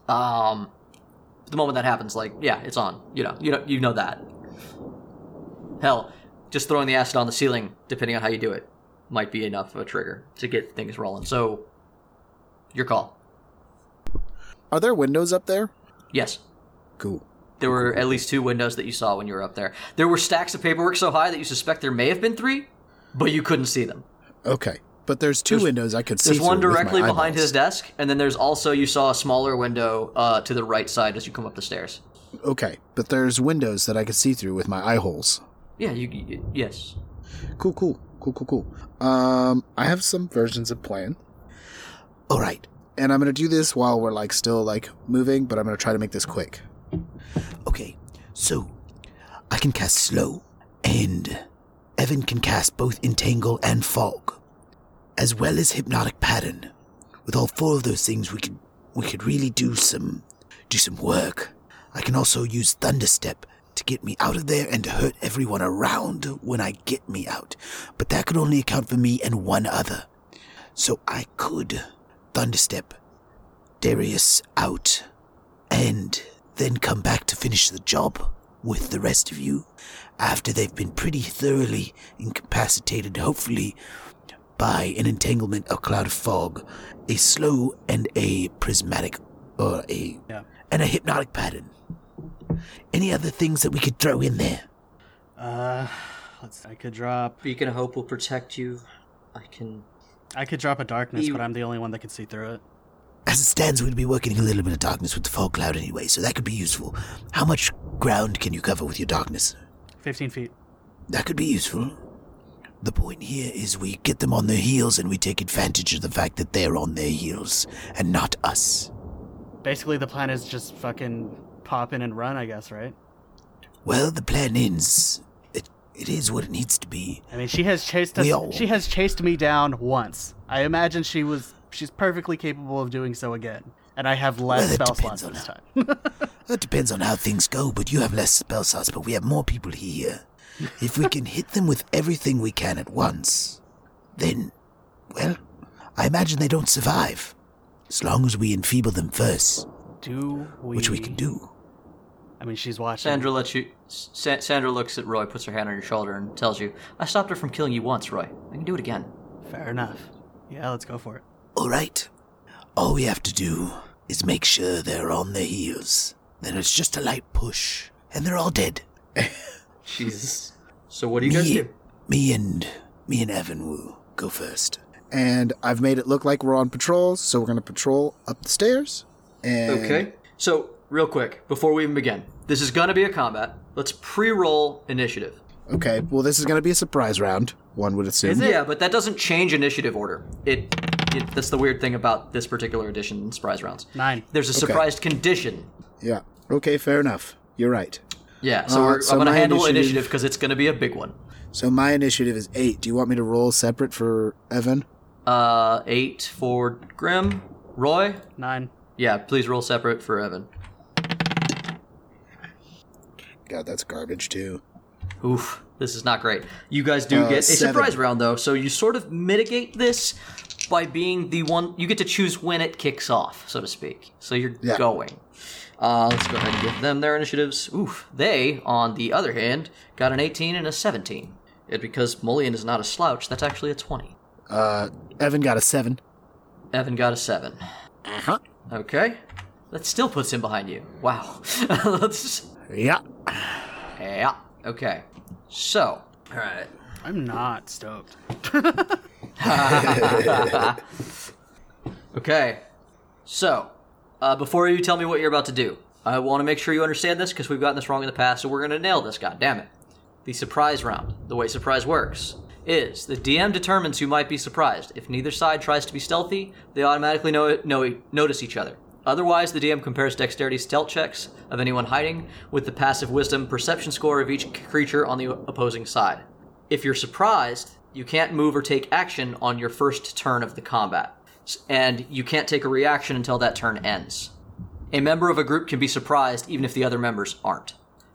Speaker 1: Um, the moment that happens, like yeah, it's on. You know, you know, you know that. Hell, just throwing the acid on the ceiling, depending on how you do it, might be enough of a trigger to get things rolling. So, your call.
Speaker 4: Are there windows up there?
Speaker 1: Yes.
Speaker 4: Cool.
Speaker 1: There were at least two windows that you saw when you were up there. There were stacks of paperwork so high that you suspect there may have been three, but you couldn't see them.
Speaker 4: Okay. But there's two windows I could see.
Speaker 1: There's one
Speaker 4: through with my
Speaker 1: directly behind
Speaker 4: eyeballs.
Speaker 1: his desk, and then there's also you saw a smaller window uh, to the right side as you come up the stairs.
Speaker 4: Okay, but there's windows that I could see through with my eye holes.
Speaker 1: Yeah, you, you yes.
Speaker 4: Cool, cool, cool, cool, cool. Um, I have some versions of plan.
Speaker 5: all right.
Speaker 4: and I'm gonna do this while we're like still like moving, but I'm gonna try to make this quick.
Speaker 5: Okay, so I can cast slow, and Evan can cast both entangle and fog, as well as hypnotic pattern. With all four of those things, we could we could really do some do some work. I can also use thunderstep to get me out of there and to hurt everyone around when I get me out, but that could only account for me and one other. So I could thunderstep Darius out and then come back to finish the job with the rest of you after they've been pretty thoroughly incapacitated, hopefully by an entanglement of cloud of fog, a slow and a prismatic or a
Speaker 3: Yeah.
Speaker 5: and a hypnotic pattern. Any other things that we could throw in there?
Speaker 3: Uh, let's. I could drop.
Speaker 1: Beacon of Hope will protect you. I can.
Speaker 3: I could drop a darkness,
Speaker 1: You-
Speaker 3: but I'm the only one that can see through it.
Speaker 5: As it stands, we'd be working a little bit of darkness with the fog cloud anyway, so that could be useful. How much ground can you cover with your darkness?
Speaker 3: Fifteen feet.
Speaker 5: That could be useful. The point here is we get them on their heels and we take advantage of the fact that they're on their heels and not us.
Speaker 3: Basically, the plan is just fucking pop in and run, I guess, right?
Speaker 5: Well, the plan is. It, it is what it needs to be.
Speaker 3: I mean, she has chased
Speaker 5: We
Speaker 3: us.
Speaker 5: all-
Speaker 3: She has chased me down once. I imagine she was. She's perfectly capable of doing so again. And I have less
Speaker 5: Well, it
Speaker 3: spell
Speaker 5: depends
Speaker 3: slots
Speaker 5: on
Speaker 3: this
Speaker 5: her.
Speaker 3: time.
Speaker 5: That depends on how things go, but you have less spell slots, but we have more people here. If we can hit them with everything we can at once, then, well, I imagine they don't survive. As long as we enfeeble them first,
Speaker 3: Do we?
Speaker 5: which we can do.
Speaker 3: I mean, she's watching.
Speaker 1: Sandra lets you. Sa- Sandra looks at Roy, puts her hand on your shoulder, and tells you, "I stopped her from killing you once, Roy. I can do it again."
Speaker 3: Fair enough. Yeah, let's go for it.
Speaker 5: All right. All we have to do is make sure they're on their heels. Then it's just a light push, and they're all dead.
Speaker 1: Jesus. So what do you guys
Speaker 5: me,
Speaker 1: do?
Speaker 5: me and me and Evan will go first.
Speaker 4: And I've made it look like we're on patrols, so we're gonna patrol up the stairs. And
Speaker 1: Okay. So real quick before we even begin, this is gonna be a combat. Let's pre-roll initiative.
Speaker 4: Okay. Well, this is gonna be a surprise round. One would assume.
Speaker 3: Is it?
Speaker 1: Yeah, but that doesn't change initiative order. It, it that's the weird thing about this particular edition in surprise rounds.
Speaker 3: Nine.
Speaker 1: There's a surprised condition.
Speaker 4: Yeah. Okay. Fair enough. You're right.
Speaker 1: Yeah, so
Speaker 4: Uh,
Speaker 1: we're,
Speaker 4: so
Speaker 1: I'm gonna
Speaker 4: my
Speaker 1: handle
Speaker 4: initiative-
Speaker 1: initiative because it's gonna be a big one.
Speaker 4: So my initiative is eight. Do you want me to roll separate for Evan?
Speaker 1: Uh, eight for Grim, Roy.
Speaker 3: Nine.
Speaker 1: Yeah, please roll separate for Evan.
Speaker 4: God, that's garbage too.
Speaker 1: Oof, this is not great. You guys do
Speaker 4: Uh,
Speaker 1: get a
Speaker 4: seven.
Speaker 1: surprise round though, so you sort of mitigate this by being the one you get to choose when it kicks off, so to speak. So you're
Speaker 4: Yeah.
Speaker 1: going. Uh, let's go ahead and give them their initiatives. Oof, they on the other hand got an 18 and a 17. It because Mullion is not a slouch. That's actually a 20.
Speaker 4: Uh, Evan got a seven.
Speaker 1: Evan got a seven.
Speaker 4: Uh huh.
Speaker 1: Okay, that still puts him behind you. Wow. Let's.
Speaker 4: Yeah.
Speaker 1: Yeah. Okay. So. All right.
Speaker 3: I'm not stoked.
Speaker 1: Okay. So, uh, before you tell me what you're about to do, I want to make sure you understand this because we've gotten this wrong in the past, so we're going to nail this, God damn it. The surprise round, the way surprise works, is the DM determines who might be surprised. If neither side tries to be stealthy, they automatically know, know, notice each other. Otherwise, the DM compares dexterity stealth checks of anyone hiding with the passive wisdom perception score of each creature on the opposing side. If you're surprised, you can't move or take action on your first turn of the combat, S- and you can't take a reaction until that turn ends. A member of a group can be surprised even if the other members aren't.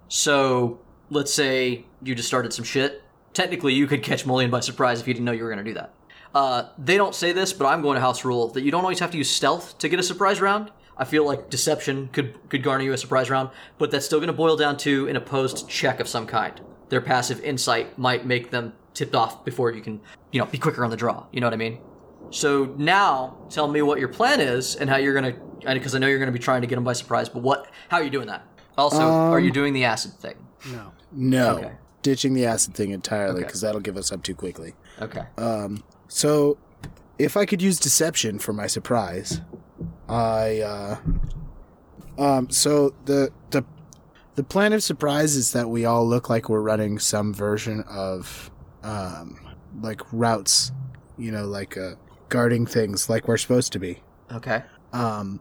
Speaker 1: So, let's say you just started some shit. Technically, you could catch Mullion by surprise if you didn't know you were going to do that. Uh, they don't say this, but I'm going to house rule that you don't always have to use stealth to get a surprise round. I feel like deception could could garner you a surprise round, but that's still going to boil down to an opposed check of some kind. Their passive insight might make them tipped off before you can, you know, be quicker on the draw. You know what I mean? So now, tell me what your plan is and how you're gonna, because I know you're gonna be trying to get them by surprise. But what? How are you doing that? Also, are you doing the acid thing?
Speaker 3: No.
Speaker 4: No.
Speaker 1: Okay.
Speaker 4: Ditching the acid thing entirely
Speaker 1: Okay.
Speaker 4: because that'll give us up too quickly.
Speaker 1: Okay.
Speaker 4: Um, so if I could use deception for my surprise, I uh, um, so the the the plan of surprise is that we all look like we're running some version of um, like routes, you know, like uh, guarding things like we're supposed to be.
Speaker 1: okay.
Speaker 4: Um,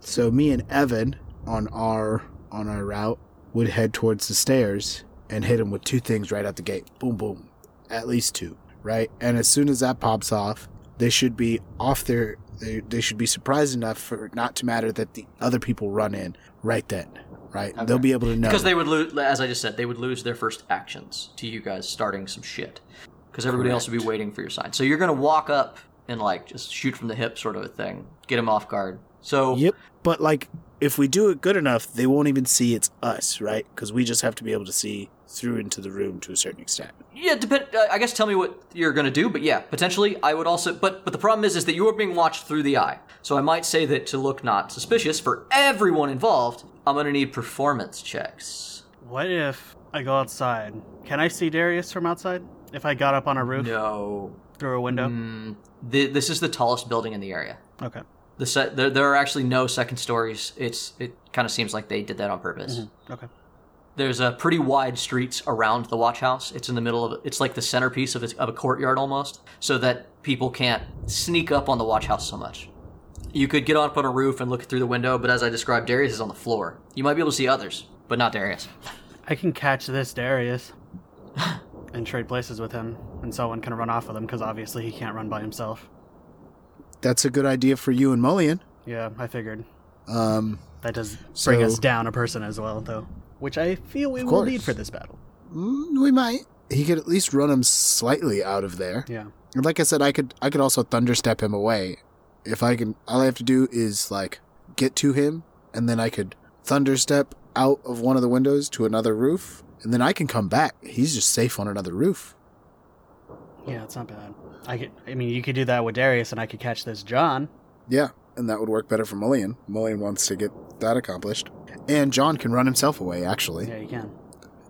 Speaker 4: so me and Evan on our on our route would head towards the stairs and hit him with two things right out the gate. Boom, boom, at least two, right? And as soon as that pops off, they should be off their. They, they should be surprised enough for it not to matter that the other people run in right then, right? They'll be able to know.
Speaker 1: Because they would lose, as I just said, they would lose their first actions to you guys starting some shit. Because everybody else would be waiting for your sign. So you're going to walk up and, like, just shoot from the hip sort of a thing. Get them off guard. So,
Speaker 4: Yep. But like, if we do it good enough, they won't even see it's us, right? Because we just have to be able to see through into the room to a certain extent.
Speaker 1: yeah, depend, uh, I guess tell me what you're going to do, but yeah, potentially I would also. But but the problem is, is that you are being watched through the eye. So I might say that to look not suspicious for everyone involved, I'm going to need performance checks.
Speaker 3: What if I go outside? Can I see Darius from outside? If I got up on a roof
Speaker 1: No.
Speaker 3: through a window?
Speaker 1: Mm, th- this is the tallest building in the area.
Speaker 3: Okay.
Speaker 1: The se- there, there are actually no second stories. It's it kind of seems like they did that on purpose.
Speaker 3: Okay.
Speaker 1: There's a pretty wide streets around the watch house. It's in the middle of it's like the centerpiece of a, of a courtyard almost, so that people can't sneak up on the watch house so much. You could get up on a roof and look through the window, but as I described, Darius is on the floor. You might be able to see others, but not Darius.
Speaker 3: I can catch this Darius and trade places with him, and someone can run off with him because obviously he can't run by himself.
Speaker 4: That's a good idea for you and Mullion.
Speaker 3: Yeah, I figured.
Speaker 4: Um,
Speaker 3: That does bring
Speaker 4: So-
Speaker 3: us down a person as well, though, which I feel we
Speaker 4: Of
Speaker 3: will need
Speaker 4: course.
Speaker 3: for this battle.
Speaker 4: mm, we might. He could at least run him slightly out of there.
Speaker 3: Yeah.
Speaker 4: And like I said, I could I could also thunderstep him away. If I can, all I have to do is like get to him, and then I could thunderstep out of one of the windows to another roof, and then I can come back. He's just safe on another roof.
Speaker 3: Yeah, it's not bad. I could, I mean, you could do that with Darius, and I could catch this John.
Speaker 4: Yeah, and that would work better for Mullion. Mullion wants to get that accomplished, and John can run himself away. Actually,
Speaker 3: Yeah, you can.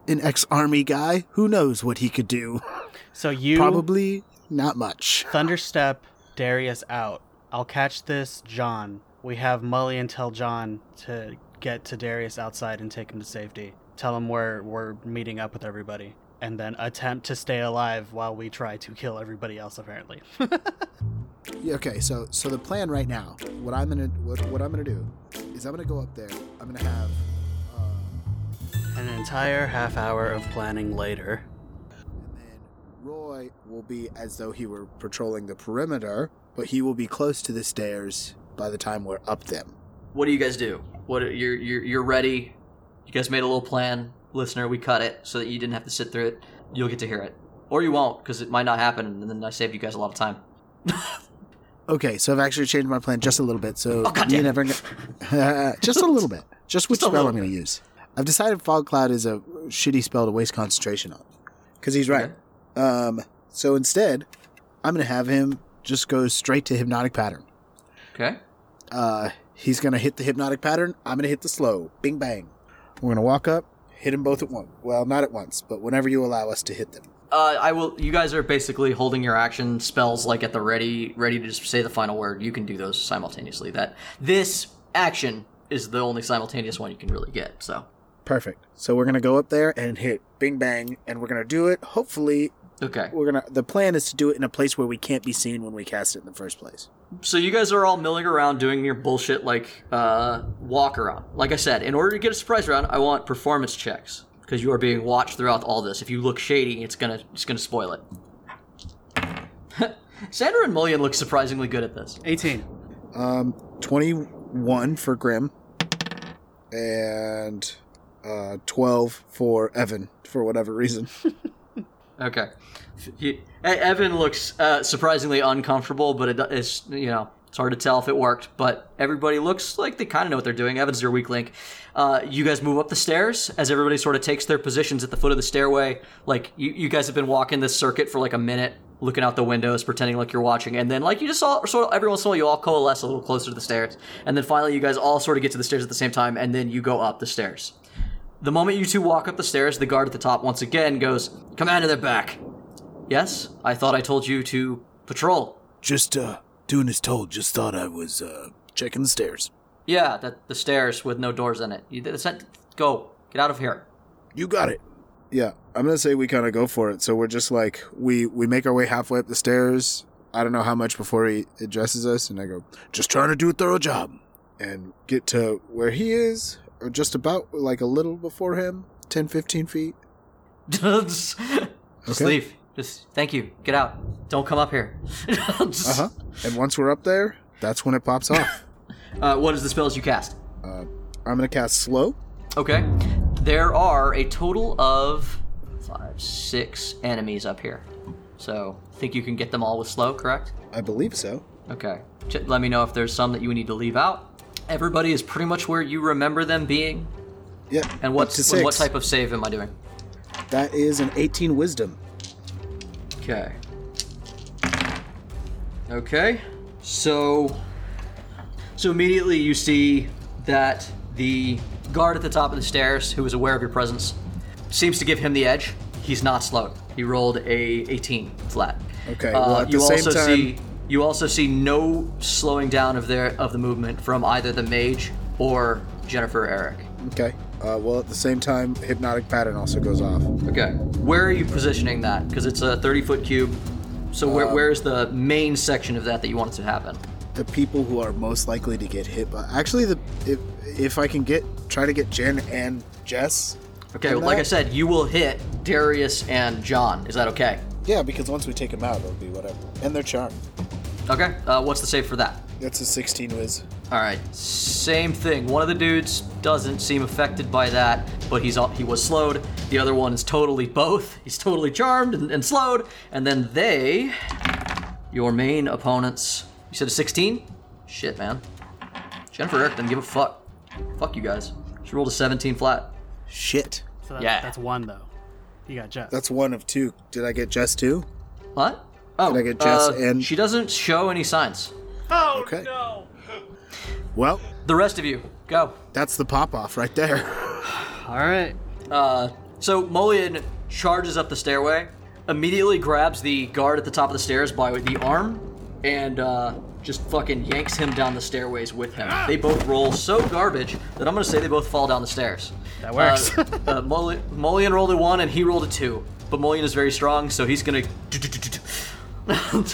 Speaker 4: an ex-army guy, who knows what he could do?
Speaker 3: So you
Speaker 4: Probably not much.
Speaker 3: thunderstep Darius out. I'll catch this John. We have Mullion tell John to get to Darius outside and take him to safety. Tell him we're we're meeting up with everybody, and then attempt to stay alive while we try to kill everybody else. Apparently,
Speaker 4: Yeah, Okay, so so the plan right now, what I'm gonna what, what I'm gonna do is I'm gonna go up there. I'm gonna have. Uh,
Speaker 3: an entire half hour of planning later.
Speaker 4: and then Roy will be as though he were patrolling the perimeter, but he will be close to the stairs by the time we're up them.
Speaker 1: What do you guys do? What are, you're, you're you're ready? You guys made a little plan, listener. We cut it so that you didn't have to sit through it. You'll get to hear it, or you won't, because it might not happen, and then I saved you guys a lot of time.
Speaker 4: Okay, so I've actually changed my plan just a little bit. So
Speaker 1: Oh,
Speaker 4: me
Speaker 1: goddamn.
Speaker 4: and Evan, just a little bit, just which
Speaker 1: Just a
Speaker 4: spell
Speaker 1: little
Speaker 4: I'm gonna use. I've decided fog cloud is a shitty spell to waste concentration on, because he's right. Um, so instead, I'm gonna have him just go straight to hypnotic pattern.
Speaker 1: Okay.
Speaker 4: Uh, he's gonna hit the hypnotic pattern. I'm gonna hit the slow. Bing bang. We're gonna walk up, hit them both at once. Well, not at once, but whenever you allow us to hit them.
Speaker 1: Uh, I will. You guys are basically holding your action spells like at the ready, ready to just say the final word. You can do those simultaneously. That this action is the only simultaneous one you can really get. So
Speaker 4: Perfect. So we're gonna go up there and hit bing bang, and we're gonna do it. Hopefully,
Speaker 1: okay.
Speaker 4: we're gonna. The plan is to do it in a place where we can't be seen when we cast it in the first place.
Speaker 1: So you guys are all milling around doing your bullshit like uh, walk around. Like I said, in order to get a surprise round, I want performance checks because you are being watched throughout all this. If you look shady, it's gonna it's gonna spoil it. Sandra and Mullion look surprisingly good at this.
Speaker 3: Eighteen.
Speaker 4: Um, twenty-one for Grim, and uh, twelve for Evan for whatever reason.
Speaker 1: Okay. He, E- Evan looks uh, surprisingly uncomfortable, but it, it's you know it's hard to tell if it worked. But everybody looks like they kind of know what they're doing. Evan's your weak link. Uh, you guys move up the stairs as everybody sort of takes their positions at the foot of the stairway. Like you, you guys have been walking this circuit for like a minute, looking out the windows, pretending like you're watching, and then like you just saw sort of every once in a while you all coalesce a little closer to the stairs, and then finally you guys all sort of get to the stairs at the same time, and then you go up the stairs. The moment you two walk up the stairs, the guard at the top once again goes, Commander, they're back. Yes, I thought I told you to patrol.
Speaker 5: Just uh, doing as told. Just thought I was uh, checking the stairs.
Speaker 1: Yeah, that the stairs with no doors in it. You, that's not- go, get out of here.
Speaker 5: You got it.
Speaker 4: Yeah, I'm gonna say we kind of go for it. So we're just like we we make our way halfway up the stairs. I don't know how much before he addresses us, and I go
Speaker 5: Just trying to do a thorough job.
Speaker 4: and get to where he is, or just about like a little before him, 10, 15 feet.
Speaker 1: Just
Speaker 4: Okay.
Speaker 1: leave. Just thank you. Get out. Don't come up here.
Speaker 4: Uh
Speaker 1: Just-
Speaker 4: huh. Uh-huh. And once we're up there, that's when it pops off.
Speaker 1: uh, what is the spells you cast?
Speaker 4: Uh, I'm gonna cast slow.
Speaker 1: Okay. There are a total of five, six enemies up here. So, think you can get them all with slow, correct?
Speaker 4: I believe so.
Speaker 1: Okay. Ch- let me know if there's some that you need to leave out. Everybody is pretty much where you remember them being.
Speaker 4: Yep.
Speaker 1: And
Speaker 4: up
Speaker 1: what's
Speaker 4: to six.
Speaker 1: what type of save am I doing?
Speaker 4: That is an 18 wisdom.
Speaker 1: Okay. Okay. So so immediately you see that the guard at the top of the stairs who is aware of your presence seems to give him the edge. He's not slowed. He rolled a 18 flat. Uh,
Speaker 4: Okay, well, at the
Speaker 1: you
Speaker 4: same
Speaker 1: also
Speaker 4: time-
Speaker 1: see you also see no slowing down of their of the movement from either the mage or Jennifer Eric.
Speaker 4: Okay. Uh, well, at the same time, hypnotic pattern also goes off.
Speaker 1: Okay. Where are you positioning that? Because it's a 30 foot cube. So where, where's the main section of that that you want it to happen?
Speaker 4: The people who are most likely to get hit. By, actually, the if if I can get try to get Jen and Jess.
Speaker 1: Okay.
Speaker 4: in
Speaker 1: Well, like I
Speaker 4: that-
Speaker 1: said, you will hit Darius and John. Is that okay?
Speaker 4: Yeah, because once we take them out, it'll be whatever. And they're charmed.
Speaker 1: Okay. Uh, what's the save for that?
Speaker 4: That's a 16 whiz.
Speaker 1: All right, same thing. One of the dudes doesn't seem affected by that, but he's he was slowed. The other one is totally both. He's totally charmed and, and slowed. And then they, your main opponents. You said a 16? Shit, man. Jennifer Eric didn't give a fuck. Fuck you guys. She rolled a 17 flat.
Speaker 4: Shit.
Speaker 3: So that's,
Speaker 1: Yeah.
Speaker 3: that's one though. You got Jess.
Speaker 4: That's one of two. Did I get Jess too?
Speaker 1: What? Oh,
Speaker 4: Did I get Jess
Speaker 1: uh,
Speaker 4: and-
Speaker 1: she doesn't show any signs.
Speaker 2: Oh
Speaker 4: Okay.
Speaker 2: no!
Speaker 4: Well,
Speaker 1: The rest of you, go.
Speaker 4: that's the pop off right there.
Speaker 3: All right.
Speaker 1: Uh, so Mullion charges up the stairway, immediately grabs the guard at the top of the stairs by the arm, and uh, just fucking yanks him down the stairways with him. They both roll so garbage that I'm gonna say they both fall down the stairs.
Speaker 3: That works.
Speaker 1: Uh, uh, Mulli- Mullion rolled a one and he rolled a two, but Mullion is very strong, so he's gonna.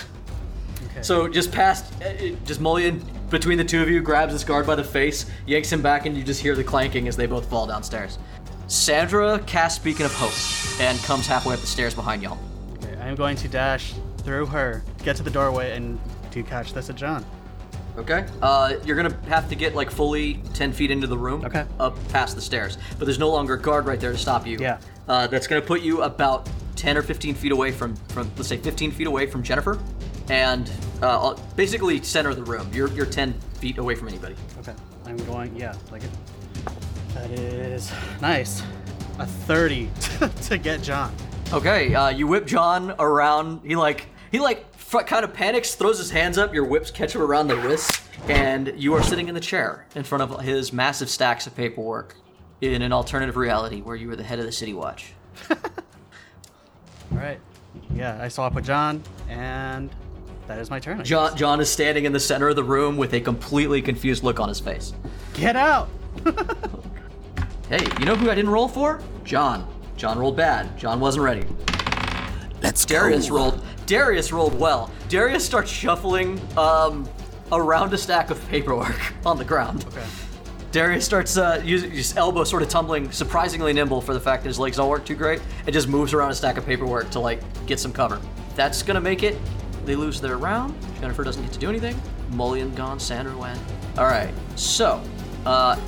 Speaker 1: So just past, uh, uh, just Mullion between the two of you grabs this guard by the face, yanks him back, and you just hear the clanking as they both fall downstairs. Sandra casts Beacon of Hope and comes halfway up the stairs behind y'all.
Speaker 3: Okay, I'm going to dash through her, get to the doorway, and do catch this at John.
Speaker 1: Okay. Uh, you're gonna have to get like fully ten feet into the room.
Speaker 3: Okay.
Speaker 1: Up past the stairs, but there's no longer a guard right there to stop you.
Speaker 3: Yeah.
Speaker 1: Uh, that's gonna put you about ten or fifteen feet away from from let's say fifteen feet away from Jennifer, and uh, I'll- basically center of the room. You're you're ten feet away from anybody.
Speaker 3: Okay. I'm going. Yeah, like it. That is nice. A 30 to get John.
Speaker 1: Okay. Uh, you whip John around. He like he like f- kind of panics, throws his hands up. Your whips catch him around the wrists, and you are sitting in the chair in front of his massive stacks of paperwork in an alternative reality where you were the head of the city watch.
Speaker 3: All right. Yeah, I swap with John, and that is my turn. I
Speaker 1: John,
Speaker 3: guess.
Speaker 1: John is standing in the center of the room with a completely confused look on his face.
Speaker 3: get out.
Speaker 1: Hey, you know who I didn't roll for? John. John rolled bad. John wasn't ready.
Speaker 5: Let's
Speaker 1: Darius
Speaker 5: go.
Speaker 1: rolled. Darius rolled well. Darius starts shuffling um, around a stack of paperwork on the ground.
Speaker 3: Okay.
Speaker 1: Darius starts uh, using his elbow, sort of tumbling, surprisingly nimble for the fact that his legs don't work too great, and just moves around a stack of paperwork to like get some cover. That's gonna make it. They lose their round. Jennifer doesn't get to do anything. Mullion gone. Sandra went. All right. So, uh,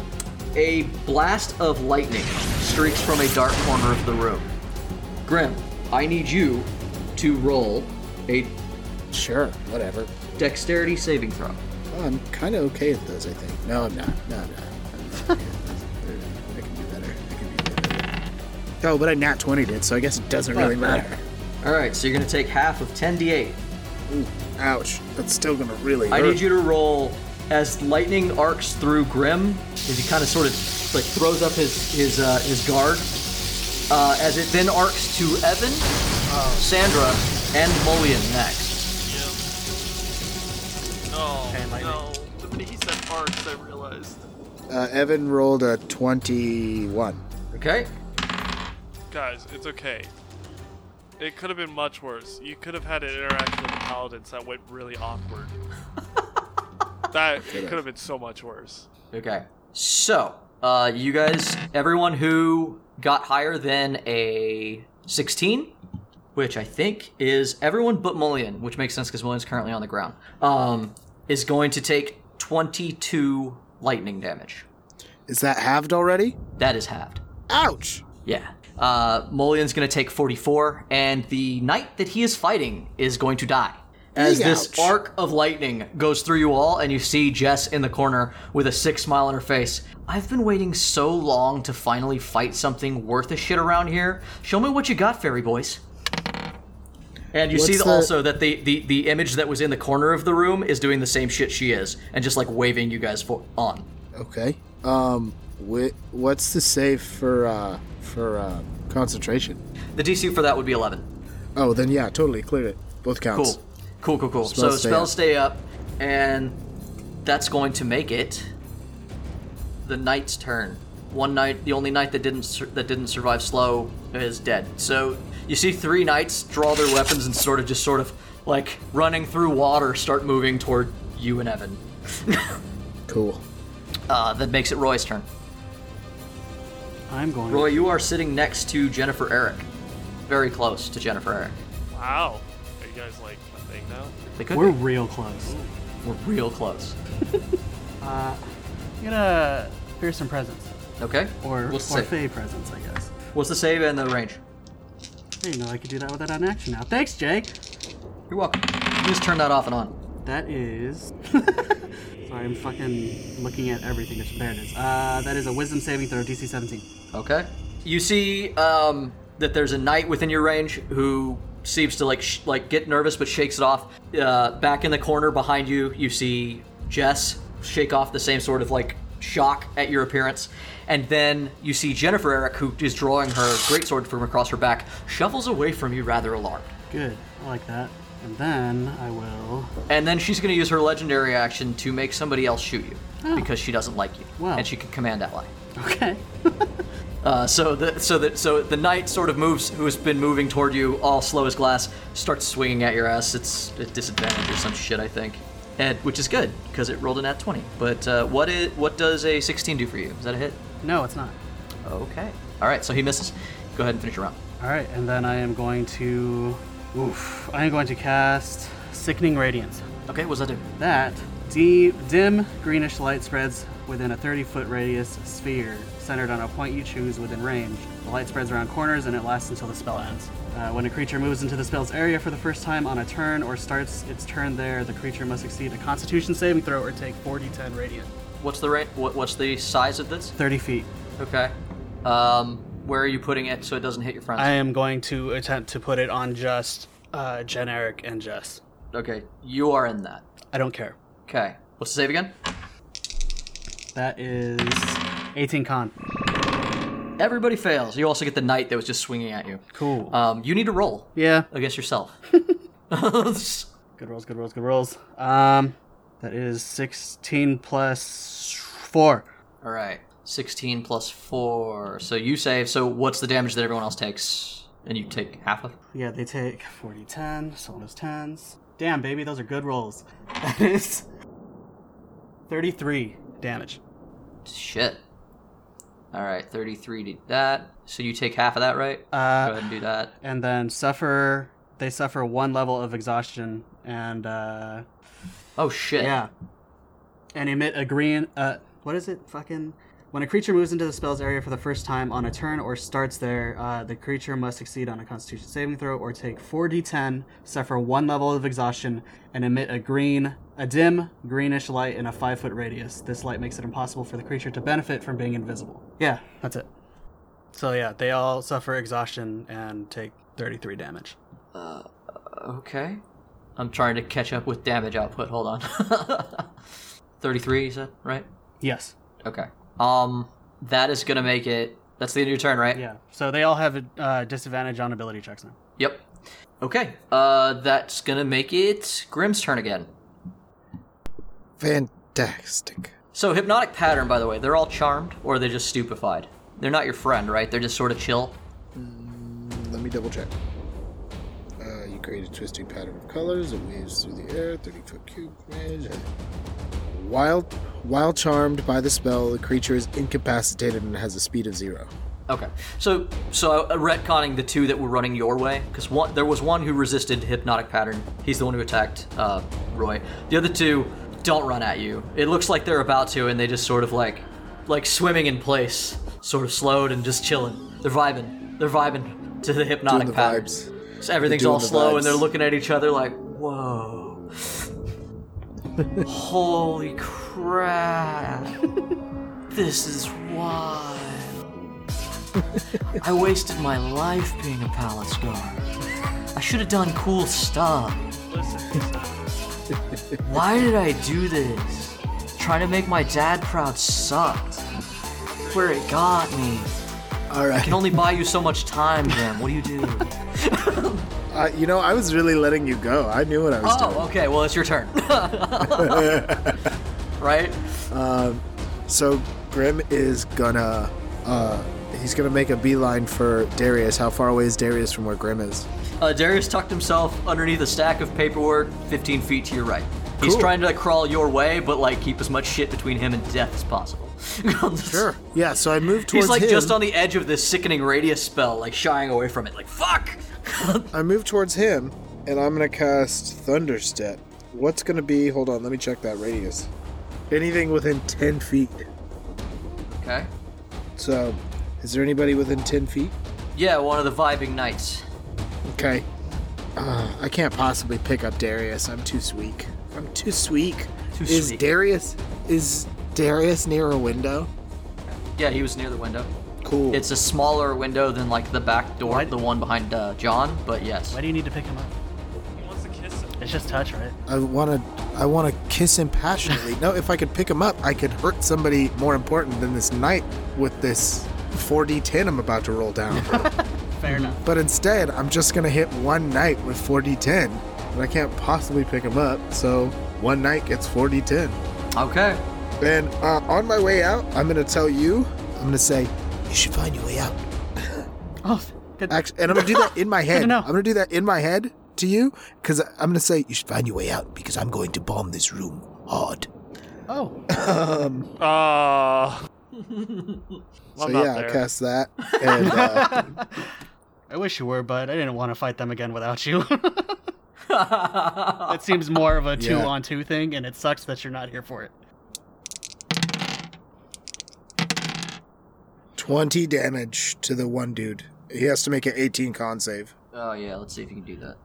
Speaker 1: a blast of lightning streaks from a dark corner of the room. Grim, I need you to roll a
Speaker 4: Sure, whatever.
Speaker 1: dexterity saving throw.
Speaker 4: Oh, I'm kind of okay at those, I think. No, I'm not. No, I'm not. I'm not okay at those. I can do better. I can do better. Oh, but I nat 20 did, so I guess it doesn't really matter.
Speaker 1: All right. So you're gonna take half of 10d8.
Speaker 4: Ouch. That's still gonna really
Speaker 1: I
Speaker 4: hurt.
Speaker 1: need you to roll as lightning arcs through Grim as he kind of sort of like throws up his his uh, his guard. Uh, as it then arcs to Evan, Sandra, and Mullion next.
Speaker 2: No,
Speaker 3: Okay, lightning.
Speaker 2: no. The minute he said arcs, I realized.
Speaker 4: Uh, Evan rolled a 21.
Speaker 1: Okay.
Speaker 2: Guys, it's okay. It could have been much worse. You could have had an interaction with the paladins that went really awkward. that it could have been so much worse.
Speaker 1: Okay. So, uh, you guys, everyone who got higher than a 16, which I think is everyone but Mullion, which makes sense because Mullion's currently on the ground, um, is going to take 22 lightning damage.
Speaker 4: Is that halved already?
Speaker 1: That is halved.
Speaker 4: Ouch!
Speaker 1: Yeah. Uh, Molian's going to take 44, and the knight that he is fighting is going to die. As
Speaker 4: Eek,
Speaker 1: this
Speaker 4: ouch.
Speaker 1: arc of lightning goes through you all, and you see Jess in the corner with a sick smile on her face. I've been waiting so long to finally fight something worth a shit around here. Show me what you got, fairy boys. And you see
Speaker 4: What's the-
Speaker 1: also that the, the, the image that was in the corner of the room is doing the same shit she is, and just like waving you guys for, on.
Speaker 4: Okay. Um, wh- what's the save for, uh, for, uh, concentration?
Speaker 1: The DC for that would be 11.
Speaker 4: Oh, then yeah, totally cleared it. Both counts.
Speaker 1: Cool. Cool, cool, cool.
Speaker 4: Spells
Speaker 1: so
Speaker 4: stay
Speaker 1: spells
Speaker 4: up.
Speaker 1: stay up, and that's going to make it the knight's turn. One night, the only knight that didn't sur- that didn't survive slow is dead. So you see three knights draw their weapons and sort of just sort of like running through water, start moving toward you and Evan.
Speaker 4: Cool.
Speaker 1: Uh, that makes it Roy's turn.
Speaker 6: I'm going.
Speaker 1: Roy, you are sitting next to Jennifer Eric, very close to Jennifer Eric.
Speaker 2: Wow. Are you guys like a thing now?
Speaker 1: They could
Speaker 3: We're
Speaker 1: be.
Speaker 3: real close.
Speaker 1: We're real close.
Speaker 6: Uh, I'm gonna fearsome presence
Speaker 1: Okay.
Speaker 3: Or
Speaker 1: what's the
Speaker 3: or
Speaker 1: save?
Speaker 3: fey presence, I guess.
Speaker 1: What's the save and the range?
Speaker 3: Hey, you know I could do that without an action now. Thanks, Jake.
Speaker 1: You're welcome. You just turn that off and on.
Speaker 3: That is. Sorry, I'm fucking looking at everything. It's there it is. Uh, that is a wisdom saving throw, DC 17.
Speaker 1: Okay. You see um, that there's a knight within your range who seems to like sh- like get nervous but shakes it off. Uh, back in the corner behind you, you see Jess shake off the same sort of like shock at your appearance. And then you see Jennifer Eric, who is drawing her greatsword from across her back, shuffles away from you rather alarmed.
Speaker 3: Good. I like that. And then I will.
Speaker 1: And then she's going to use her legendary action to make somebody else shoot you because she doesn't like you,
Speaker 3: Wow.
Speaker 1: and she can command ally.
Speaker 3: Okay.
Speaker 1: Uh, so the so that so the knight sort of moves, who has been moving toward you, all slow as glass, starts swinging at your ass. It's at disadvantage or some shit, I think, and which is good because it rolled an at twenty. But uh, what is what does a sixteen do for you? Is that a hit?
Speaker 3: No, it's not.
Speaker 1: Okay. All right. So he misses. Go ahead and finish your round.
Speaker 3: All right, and then I am going to. Oof. I am going to cast Sickening Radiance.
Speaker 1: Okay. What does that do?
Speaker 3: That deep, dim greenish light spreads within a 30 foot radius sphere centered on a point you choose within range. The light spreads around corners and it lasts until the spell ends. Uh, when a creature moves into the spell's area for the first time on a turn or starts its turn there, the creature must succeed a constitution saving throw or take 4d10 radiant.
Speaker 1: What's the rate? What, what's the size of this?
Speaker 3: 30 feet.
Speaker 1: Okay. Um, where are you putting it so it doesn't hit your friends?
Speaker 6: I am going to attempt to put it on just uh, Jen, Eric, and Jess.
Speaker 1: Okay. You are in that.
Speaker 6: I don't care.
Speaker 1: Okay. What's the save again?
Speaker 3: That is 18 con.
Speaker 1: Everybody fails. You also get the knight that was just swinging at you.
Speaker 3: Cool.
Speaker 1: Um, you need to roll
Speaker 3: yeah.
Speaker 1: against yourself.
Speaker 3: Good rolls, good rolls, good rolls. Um, that is 16 plus 4.
Speaker 1: All right. 16 plus 4. So you save. So what's the damage that everyone else takes? And you take half of?
Speaker 3: Yeah, they take 40, 10, so those 10s. Damn, baby, those are good rolls. That is 33 damage.
Speaker 1: Shit. All right. 33 did that. So you take half of that, right? Go
Speaker 3: Uh,
Speaker 1: ahead and do that.
Speaker 3: and then suffer, they suffer one level of exhaustion and, uh,
Speaker 1: Oh, shit.
Speaker 3: yeah. And emit a green, uh, what is it? Fucking. When a creature moves into the spell's area for the first time on a turn or starts there, uh, the creature must succeed on a constitution saving throw or take 4d10, suffer one level of exhaustion, and emit a green, a dim, greenish light in a 5 foot radius. This light makes it impossible for the creature to benefit from being invisible. Yeah, that's it.
Speaker 6: So yeah, they all suffer exhaustion and take 33 damage.
Speaker 1: Okay. I'm trying to catch up with damage output. Hold on. 33, you said, right?
Speaker 3: Yes.
Speaker 1: Okay. Um, that is gonna make it. That's the end of your turn, right?
Speaker 3: Yeah. So they all have a uh, disadvantage on ability checks now.
Speaker 1: Yep. Okay. Uh, that's gonna make it Grimm's turn again.
Speaker 4: Fantastic.
Speaker 1: So hypnotic pattern, by the way, they're all charmed or they're just stupefied. They're not your friend, right? They're just sort of chill.
Speaker 4: Let me double check. Uh, you create a twisting pattern of colors. It waves through the air, 30 foot cube range. and- While, while charmed by the spell, the creature is incapacitated and has a speed of zero.
Speaker 1: Okay. So so uh, retconning the two that were running your way because one there was one who resisted hypnotic pattern. He's the one who attacked uh, Roy. The other two don't run at you. It looks like they're about to, and they just sort of like like swimming in place, sort of slowed and just chilling. They're vibing. They're vibing to the hypnotic
Speaker 4: Doing the
Speaker 1: pattern.
Speaker 4: vibes.
Speaker 1: So everything's
Speaker 4: Doing
Speaker 1: all
Speaker 4: the
Speaker 1: slow,
Speaker 4: vibes.
Speaker 1: and they're looking at each other like, "Whoa, holy crap, this is wild." I wasted my life being a palace guard. I should have done cool stuff. Why did I do this? Trying to make my dad proud sucked. Where it got me.
Speaker 4: All right.
Speaker 1: Can only buy you so much time, Jim. What do you do?
Speaker 4: Uh, you know, I was really letting you go. I knew what I was doing.
Speaker 1: Oh, okay. Well, it's your turn. right?
Speaker 4: So Grim is gonna uh he's gonna make a beeline for Darius. How far away is Darius from where Grim is?
Speaker 1: Uh, Darius tucked himself underneath a stack of paperwork 15 feet to your right. He's
Speaker 4: Cool.
Speaker 1: trying to like, crawl your way, but like keep as much shit between him and death as possible. sure.
Speaker 4: Yeah, so I move towards
Speaker 1: He's like
Speaker 4: him.
Speaker 1: just on the edge of this sickening radius spell, like shying away from it. Like fuck.
Speaker 4: I move towards him and I'm gonna cast Thunderstep. What's gonna be hold on, let me check that radius. Anything within ten feet.
Speaker 1: Okay.
Speaker 4: So is there anybody within ten feet?
Speaker 1: Yeah, one of the vibing knights.
Speaker 4: Okay. Uh, I can't possibly pick up Darius. I'm too sweak. I'm too sweak.
Speaker 1: Too
Speaker 4: is
Speaker 1: sweak.
Speaker 4: Darius is Darius near a window?
Speaker 1: Yeah, he was near the window.
Speaker 4: Cool.
Speaker 1: It's a smaller window than like the back door, the one behind uh, John. But yes.
Speaker 3: Why do you need to pick him up?
Speaker 2: He wants to kiss him.
Speaker 3: It's just touch, right?
Speaker 4: I want to I want to kiss him passionately. no, if I could pick him up, I could hurt somebody more important than this knight with this 4d10 I'm about to roll down.
Speaker 7: Fair
Speaker 3: Mm-hmm.
Speaker 7: enough.
Speaker 4: but instead, I'm just going to hit one knight with 4d10, and I can't possibly pick him up, so one knight gets 4d10.
Speaker 1: Okay.
Speaker 4: And uh, on my way out, I'm going to tell you, I'm going to say,
Speaker 5: You should find your way out.
Speaker 3: Oh, good.
Speaker 4: act- and I'm going to do that in my head.
Speaker 3: know.
Speaker 4: I'm going to do that in my head to you cuz I'm going to say you should
Speaker 5: Find your way out because I'm going to bomb this room hard.
Speaker 3: Oh,
Speaker 2: Ah.
Speaker 4: so
Speaker 2: not
Speaker 4: yeah,
Speaker 2: there.
Speaker 4: I cast that and uh,
Speaker 3: I wish you were, but I didn't want to fight them again without you. it seems more of a two
Speaker 4: Yeah.
Speaker 3: on two thing, and it sucks that you're not here for it.
Speaker 4: 20 damage to the one dude. He has to make an 18 con save.
Speaker 1: Oh yeah. Let's see if you can do that.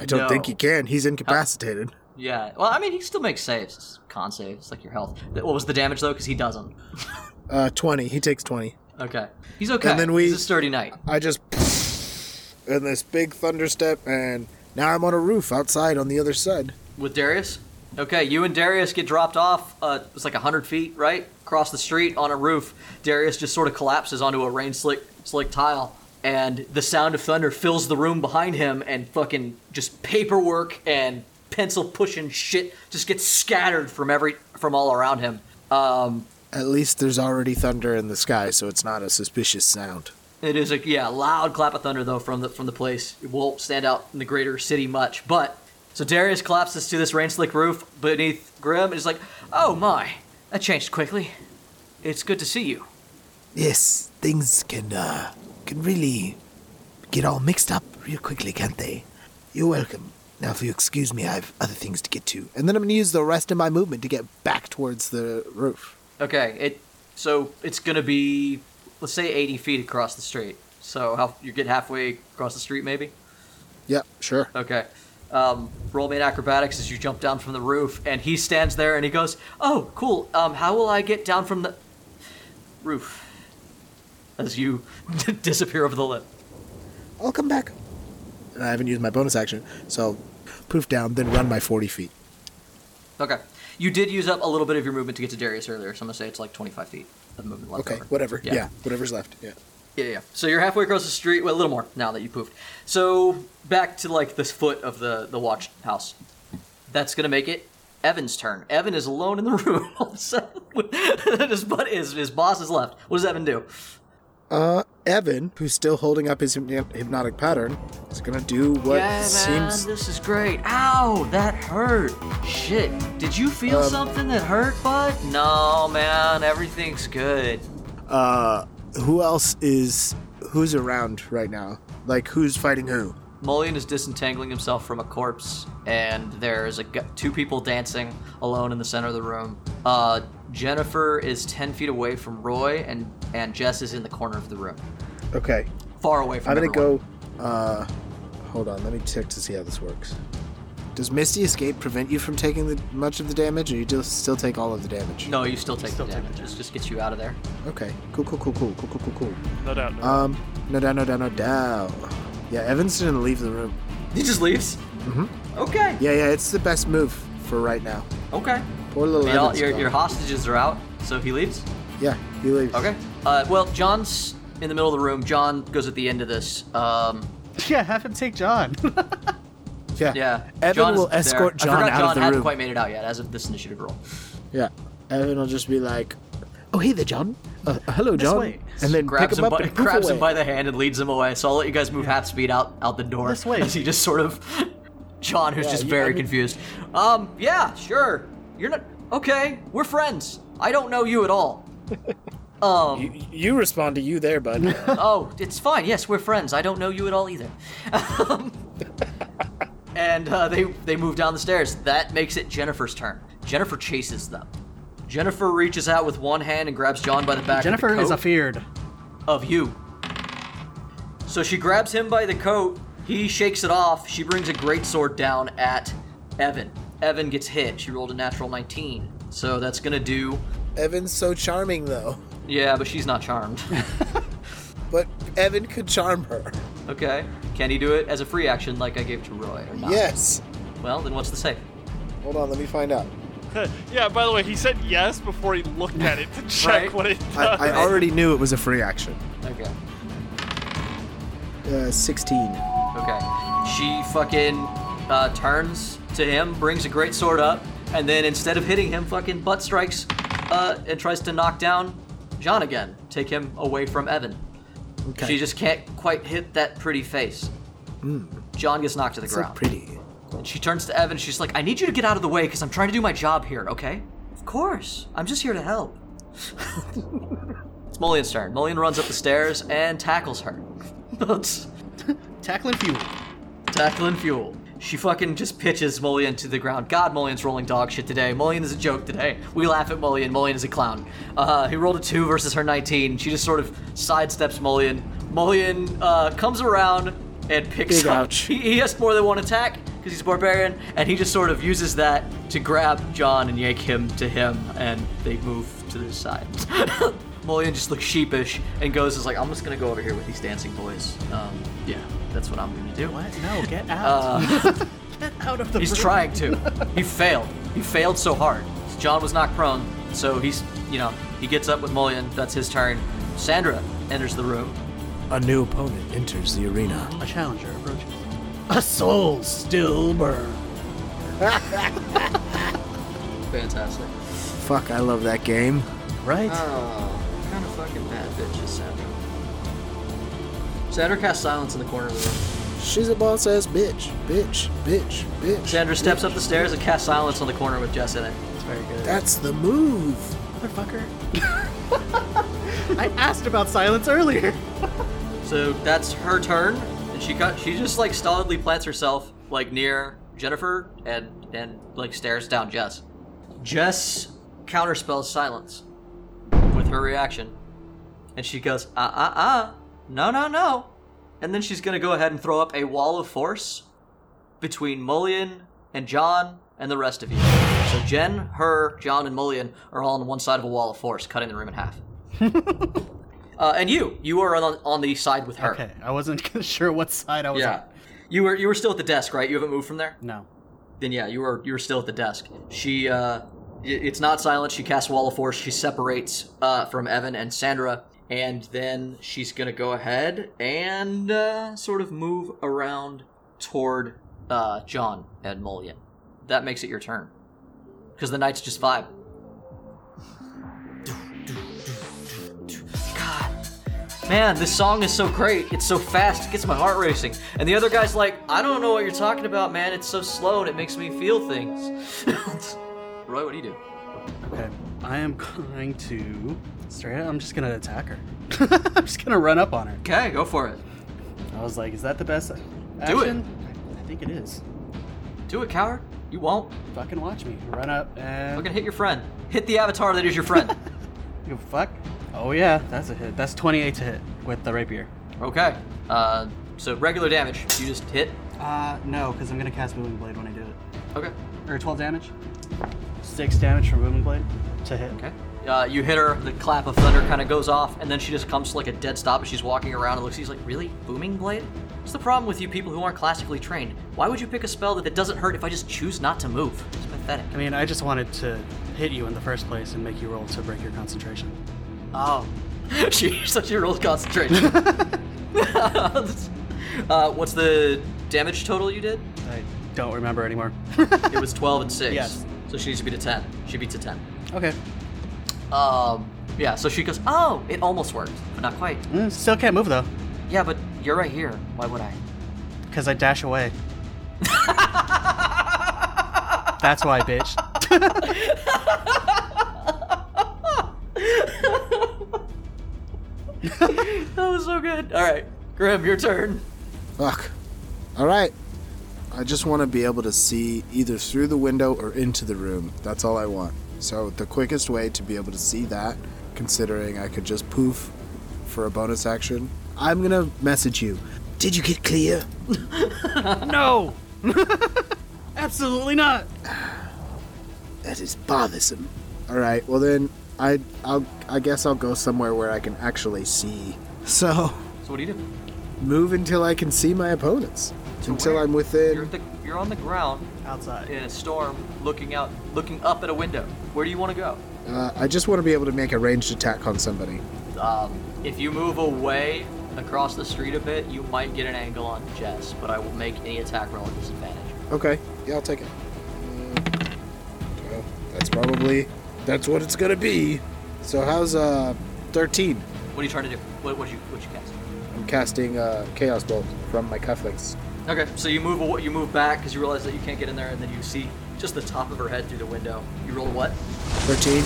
Speaker 4: I don't
Speaker 1: No.
Speaker 4: think he can. He's incapacitated.
Speaker 1: Yeah. Well, I mean, he still makes saves. It's con saves. It's like your health. Th- What was the damage though? Because he doesn't.
Speaker 4: Uh, 20. He takes 20.
Speaker 1: Okay. He's okay.
Speaker 4: And then we-
Speaker 1: He's a sturdy knight.
Speaker 4: I just. And this big thunder step, and now I'm on a roof outside on the other side.
Speaker 1: With Darius? Okay, you and Darius get dropped off. Uh, it's like 100 feet, right? Across the street on a roof. Darius just sort of collapses onto a rain slick, slick tile. And the sound of thunder fills the room behind him, and fucking just paperwork and pencil pushing shit just gets scattered from every from all around him. Um,
Speaker 4: At least there's already thunder in the sky, so it's not a suspicious sound.
Speaker 1: It is a yeah loud clap of thunder though from the from the place. It won't stand out in the greater city much, but so Darius collapses to this rain slick roof beneath Grim and is like, "Oh my, that changed quickly. It's good to see you."
Speaker 5: Yes, things can uh, can really get all mixed up real quickly, can't they? You're welcome. Now, if you excuse me, I have other things to get to.
Speaker 4: And then I'm going to use the rest of my movement to get back towards the roof.
Speaker 1: Okay, it so it's gonna be let's say 80 feet across the street. So how you get halfway across the street maybe?
Speaker 4: Yep, sure.
Speaker 1: Okay. Um, roll me an acrobatics as you jump down from the roof, and he stands there and he goes, "Oh, cool. Um, how will I get down from the roof?" As you disappear over the lip.
Speaker 4: I'll come back. And I haven't used my bonus action, so poof down, then run my 40 feet.
Speaker 1: Okay. You did use up a little bit of your movement to get to Darius earlier, so I'm gonna say it's like 25 feet of movement left.
Speaker 4: Okay,
Speaker 1: over.
Speaker 4: whatever.
Speaker 1: Yeah.
Speaker 4: yeah, whatever's left. Yeah.
Speaker 1: Yeah, yeah. So you're halfway across the street. Well, a little more now that you poofed. So back to like this foot of the the watch house. That's gonna make it Evan's turn. Evan is alone in the room. All of a sudden, his, butt is, his boss is left. What does Evan do?
Speaker 4: Uh, Evan, who's still holding up his hypno- hypnotic pattern, is gonna do what seems.
Speaker 1: this is great. Ow, that hurt. Shit, did you feel something that hurt, bud? No, man, everything's good.
Speaker 4: Uh, who else is who's around right now? Like who's fighting who?
Speaker 1: Mullion is disentangling himself from a corpse, and there's a gu- two people dancing alone in the center of the room. Uh, Jennifer is ten feet away from Roy, and and Jess is in the corner of the room,
Speaker 4: Okay,
Speaker 1: far away from.
Speaker 4: I'm gonna
Speaker 1: everyone.
Speaker 4: go. Uh, hold on, let me check to see how this works. Does Misty Escape prevent you from taking the, much of the damage, or you just still take all of the damage?
Speaker 1: No, you still take
Speaker 3: Still
Speaker 1: the
Speaker 3: take the
Speaker 1: damage. This just gets you out of there.
Speaker 4: Okay. Cool. Cool. Cool. Cool. Cool. Cool. Cool. Cool.
Speaker 2: No doubt. No.
Speaker 4: Um. No doubt. No doubt. No doubt. Yeah, Evan's gonna leave the room.
Speaker 1: He just leaves. Mm-hmm. Okay.
Speaker 4: Yeah. Yeah. It's the best move for right now.
Speaker 1: Okay.
Speaker 4: Poor little
Speaker 1: Y'all,
Speaker 4: Evan's
Speaker 1: your,
Speaker 4: gone.
Speaker 1: your hostages are out, so he leaves.
Speaker 4: Yeah, he leaves.
Speaker 1: Okay. Uh, well, John's in the middle of the room. John goes at the end of this. Um,
Speaker 3: Yeah, have him take John.
Speaker 4: Yeah.
Speaker 1: yeah.
Speaker 4: Evan
Speaker 1: John is
Speaker 4: will
Speaker 1: there.
Speaker 4: escort
Speaker 1: I
Speaker 4: John
Speaker 1: forgot
Speaker 4: out
Speaker 1: John
Speaker 4: of the
Speaker 1: hadn't
Speaker 4: room.
Speaker 1: quite made it out yet as of this initiative roll.
Speaker 4: Yeah. Evan will just be like, "Oh, hey there, John. Uh, hello, John."
Speaker 3: way.
Speaker 4: And then
Speaker 1: grabs
Speaker 4: pick him
Speaker 1: him,
Speaker 4: up
Speaker 1: by,
Speaker 4: and poof
Speaker 1: grabs him
Speaker 4: away.
Speaker 1: by the hand and leads him away. So I'll let you guys move half speed out out the door.
Speaker 3: This way.
Speaker 1: As he just sort of, John, who's just
Speaker 4: you-
Speaker 1: very
Speaker 4: I mean-
Speaker 1: confused. Um, yeah, sure. You're not okay. We're friends. I don't know you at all. Um,
Speaker 4: You, you respond to you there, bud.
Speaker 1: oh, it's fine. Yes, we're friends. I don't know you at all either. Um, and uh, they they move down the stairs. That makes it Jennifer's turn. Jennifer chases them. Jennifer reaches out with one hand and grabs John by the back.
Speaker 3: Jennifer
Speaker 1: of the
Speaker 3: is
Speaker 1: coat
Speaker 3: afeared.
Speaker 1: of you. So she grabs him by the coat. He shakes it off. She brings a greatsword down at Evan. Evan gets hit. She rolled a natural 19. So that's going to do.
Speaker 8: Evan's so charming, though.
Speaker 1: Yeah, but she's not charmed.
Speaker 8: But Evan could charm her.
Speaker 1: okay. Can he do it as a free action like I gave to Roy or not?
Speaker 8: Yes.
Speaker 1: Well, then what's the save?
Speaker 8: Hold on, let me find out.
Speaker 2: yeah, by the way, he said yes before he looked at it to check
Speaker 1: Right.
Speaker 2: what it
Speaker 4: I,
Speaker 2: does.
Speaker 4: I already knew it was a free action.
Speaker 1: Okay.
Speaker 4: Uh, 16.
Speaker 1: Okay. She fucking uh, turns to him, brings a great sword up, and then instead of hitting him, fucking butt strikes uh, and tries to knock down John again, take him away from Evan.
Speaker 4: Okay.
Speaker 1: She just can't quite hit that pretty face. John gets knocked to the
Speaker 4: so
Speaker 1: ground.
Speaker 4: pretty.
Speaker 1: And she turns to Evan. She's like, "I need you to get out of the way because I'm trying to do my job here. Okay? Of course. I'm just here to help." it's Molian's turn. Molian runs up the stairs and tackles her.
Speaker 3: Tackling fuel.
Speaker 1: Tackling fuel. She fucking just pitches Mullion to the ground. God, Mullian's rolling dog shit today. Mullion is a joke today. We laugh at Mullion. Mullion is a clown. Uh, he rolled a 2 versus her 19. She just sort of sidesteps Mullion. Mullion uh, comes around and picks
Speaker 4: Big
Speaker 1: up.
Speaker 4: ouch.
Speaker 1: He, he has more than one attack because he's a barbarian, and he just sort of uses that to grab John and yank him to him, and they move to the side. Mullion just looks sheepish and goes, is like, I'm just gonna go over here with these dancing boys. Um, yeah, that's what I'm gonna do.
Speaker 3: What? No, get out. get out of the
Speaker 1: He's
Speaker 3: room.
Speaker 1: trying to. He failed. He failed so hard. John was knocked prone, so he's, you know, he gets up with Mullion. That's his turn. Sandra enters the room.
Speaker 5: A new opponent enters the arena.
Speaker 3: A challenger approaches. A soul still burns.
Speaker 1: Fantastic.
Speaker 4: Fuck, I love that game.
Speaker 3: Right?
Speaker 1: Oh, kind of fucking bad bitch is Sandra. Sandra casts silence in the corner of the room.
Speaker 4: She's a boss ass bitch. Bitch. Bitch. Bitch.
Speaker 1: Sandra steps up the stairs and casts silence on the corner with Jess in it.
Speaker 3: That's very good.
Speaker 4: That's the move.
Speaker 3: Motherfucker. I asked about silence earlier.
Speaker 1: So that's her turn, and she cut. She just like stolidly plants herself like near Jennifer and and like stares down Jess. Jess counterspells silence with her reaction, and she goes ah ah ah no no no, and then she's gonna go ahead and throw up a wall of force between Mullion and John and the rest of you. So Jen, her, John, and Mullion are all on one side of a wall of force, cutting the room in half. Uh, and you, you are on, on the side with her.
Speaker 3: Okay, I wasn't sure what side I was
Speaker 1: Yeah.
Speaker 3: on.
Speaker 1: You were you were still at the desk, right? You haven't moved from there.
Speaker 3: No.
Speaker 1: Then yeah, you were you were still at the desk. She uh, i- it's not silent. She casts wall of force. She separates uh from Evan and Sandra, and then she's gonna go ahead and uh, sort of move around toward uh John and Mullion. That makes it your turn, because the knights just vibe. God, man, this song is so great. It's so fast, it gets my heart racing. And the other guy's like, I don't know what you're talking about, man. It's so slow and it makes me feel things. Roy, what do you do?
Speaker 3: Okay. I am going to. Straight up, I'm just gonna attack her. I'm just gonna run up on her.
Speaker 1: Okay, go for it.
Speaker 3: I was like, is that the best
Speaker 1: Do it.
Speaker 3: action? I think it is.
Speaker 1: Do it, coward. You won't.
Speaker 3: Fucking watch me. Run up and.
Speaker 1: Fucking hit your friend. Hit the avatar that is your friend.
Speaker 3: You fuck. Oh yeah, that's a hit. That's 28 to hit with the rapier.
Speaker 1: okay. Uh, so regular damage. You just hit.
Speaker 7: Uh, no, because I'm gonna cast moving blade when I do it.
Speaker 1: Okay.
Speaker 7: Or 12 damage.
Speaker 3: Six damage from moving blade to hit.
Speaker 1: Okay. Uh, you hit her, the clap of thunder kind of goes off, and then she just comes to like a dead stop and she's walking around and looks, she's like, Really? Booming Blade? What's the problem with you people who aren't classically trained? Why would you pick a spell that, that doesn't hurt if I just choose not to move? It's pathetic.
Speaker 3: I mean, I just wanted to hit you in the first place and make you roll to break your concentration.
Speaker 1: Oh. she, so she rolls concentration. uh, what's the damage total you did?
Speaker 3: I don't remember anymore.
Speaker 1: It was 12 and 6.
Speaker 3: Yes.
Speaker 1: So she needs to beat a 10. She beats a 10.
Speaker 3: okay.
Speaker 1: Um, yeah, so she goes, Oh, it almost worked, but not quite.
Speaker 3: Mm, still can't move though,
Speaker 1: Yeah, but you're right here. Why would I?
Speaker 3: because I dash away. That's why, bitch.
Speaker 1: That was so good. All right, Grim, your turn.
Speaker 4: Fuck. All right. I just want to be able to see either through the window or into the room. That's all I want. So the quickest way to be able to see that, considering I could just poof for a bonus action, I'm gonna message you.
Speaker 5: Did you get clear?
Speaker 3: no, absolutely not.
Speaker 5: That is bothersome.
Speaker 4: All right. Well then, I I'll I guess I'll go somewhere where I can actually see. So
Speaker 1: So what do you do?
Speaker 4: move until I can see my opponents. until
Speaker 1: where?
Speaker 4: I'm
Speaker 1: You're,
Speaker 4: within.
Speaker 1: at the, you're on the ground
Speaker 3: Outside.
Speaker 1: in a storm, looking out, looking up at a window. Where do you want to go?
Speaker 4: Uh, I just want to be able to make a ranged attack on somebody.
Speaker 1: Um, if you move away across the street a bit, you might get an angle on Jess, but I will make any attack roll at disadvantage.
Speaker 4: Okay. Yeah, I'll take it. Uh,
Speaker 8: Well, that's probably that's what it's gonna be.
Speaker 4: So how's uh 13?
Speaker 1: What are you trying to do? What what you what you cast?
Speaker 4: I'm casting uh, Chaos Bolt from my cufflinks.
Speaker 1: Okay, so you move aw- you move back because you realize that you can't get in there, and then you see just the top of her head through the window. You roll what?
Speaker 4: 13.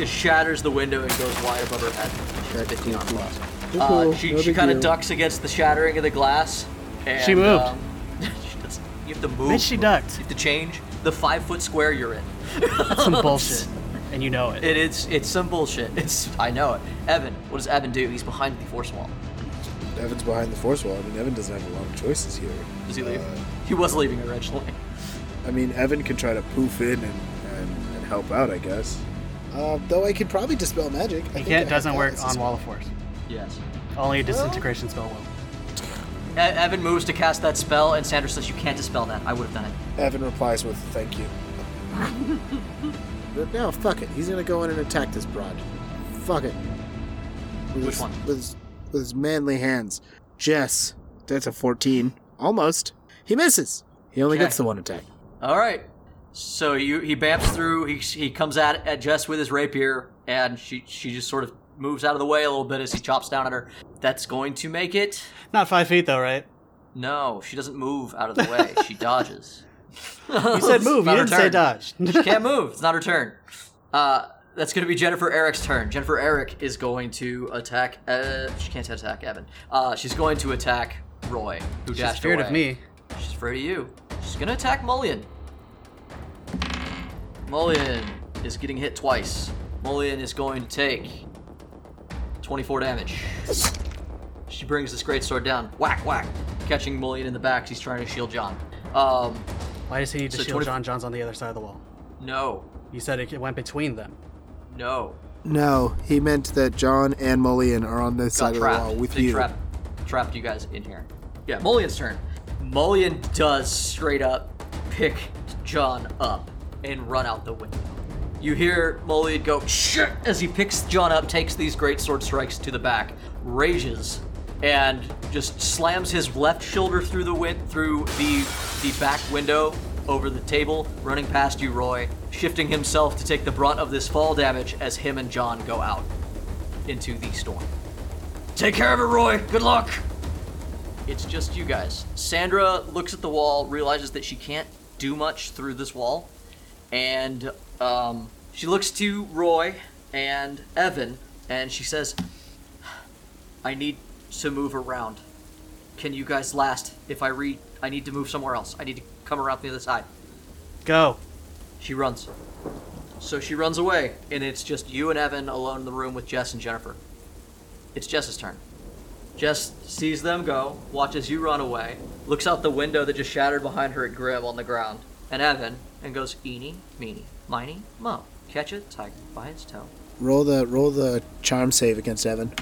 Speaker 1: It shatters the window and goes wide above her head. She's
Speaker 4: Okay,
Speaker 1: 15 on
Speaker 4: cool,
Speaker 1: plus.
Speaker 4: cool.
Speaker 1: Uh,
Speaker 4: Cool,
Speaker 1: she
Speaker 4: no
Speaker 1: she
Speaker 4: big
Speaker 1: kind of
Speaker 4: deal.
Speaker 1: ducks against the shattering of the glass. And,
Speaker 3: She moved.
Speaker 1: um, she doesn't- you have to move.
Speaker 3: Bitch, she ducked.
Speaker 1: You have to change the five foot square you're in.
Speaker 3: That's some bullshit, and you know it.
Speaker 1: It, it's it's some bullshit. It's I know it. Evan, what does Evan do? He's behind the force wall.
Speaker 8: Evan's behind the force wall. I mean, Evan doesn't have a lot of choices here.
Speaker 1: Does he leave?
Speaker 8: Uh,
Speaker 1: he was leaving originally.
Speaker 8: I mean, Evan could try to poof in and, and, and help out, I guess. Uh, though I could probably dispel magic. I
Speaker 3: You
Speaker 8: think I
Speaker 3: can't.
Speaker 8: have
Speaker 3: Doesn't
Speaker 8: that
Speaker 3: work
Speaker 8: as a
Speaker 3: on
Speaker 8: spell.
Speaker 3: wall of force.
Speaker 1: Yes.
Speaker 3: Only a disintegration spell will.
Speaker 1: E- Evan moves to cast that spell, and Sandra says, "You can't dispel that. I would have done it."
Speaker 8: Evan replies with "Thank you."
Speaker 4: But no, fuck it. He's gonna go in and attack this broad. Fuck it. With
Speaker 1: Which
Speaker 4: his,
Speaker 1: one?
Speaker 4: With his, with his manly hands. Jess. That's a 14. Almost. He misses. He only
Speaker 1: Okay.
Speaker 4: gets the one attack.
Speaker 1: All right. So you, he bamps through. He, he comes at, at Jess with his rapier, and she she just sort of moves out of the way a little bit as he chops down at her. That's going to make it.
Speaker 3: Not five feet though, right?
Speaker 1: No, she doesn't move out of the way. She dodges.
Speaker 3: You said move. You didn't say dodge.
Speaker 1: Can't move. It's not her turn. Uh, that's going to be Jennifer Eric's turn. Jennifer Eric is going to attack. Uh, she can't attack Evan. Uh, she's going to attack Roy, who
Speaker 3: She's
Speaker 1: dashed
Speaker 3: scared
Speaker 1: away.
Speaker 3: of me.
Speaker 1: She's afraid of you. She's gonna attack Mullion. Mullion is getting hit twice. Mullion is going to take 24 damage. She brings this great sword down. Whack, whack. Catching Mullion in the back. She's trying to shield John. Um,
Speaker 3: Why does he need to
Speaker 1: So
Speaker 3: shield
Speaker 1: 20
Speaker 3: John? John's on the other side of the wall.
Speaker 1: no.
Speaker 3: You said it went between them.
Speaker 1: No.
Speaker 4: No, he meant that John and Mullion are on this
Speaker 1: Got
Speaker 4: side
Speaker 1: trapped.
Speaker 4: of the wall with
Speaker 1: they
Speaker 4: you.
Speaker 1: Trapped, trapped you guys in here. Yeah, Mullion's turn. Mullion does straight up pick John up and run out the window. You hear Mullion go shit as he picks John up, takes these great sword strikes to the back, rages, and just slams his left shoulder through the wind through the the back window over the table, running past you, Roy, shifting himself to take the brunt of this fall damage as him and John go out into the storm. Take care of it, Roy. Good luck. It's just you guys. Sandra looks at the wall, realizes that she can't do much through this wall, and um, she looks to Roy and Evan, and she says, "I need to move around. Can you guys last? If I read, I need to move somewhere else. I need to come around the other side."
Speaker 3: Go.
Speaker 1: She runs. So she runs away, and it's just you and Evan alone in the room with Jess and Jennifer. It's Jess's turn. Jess sees them go, watches you run away, looks out the window that just shattered behind her at Grim on the ground, and Evan, and goes, Eeny, meeny, miny, mo. Catch a tiger by its toe.
Speaker 4: Roll the roll the charm save against Evan.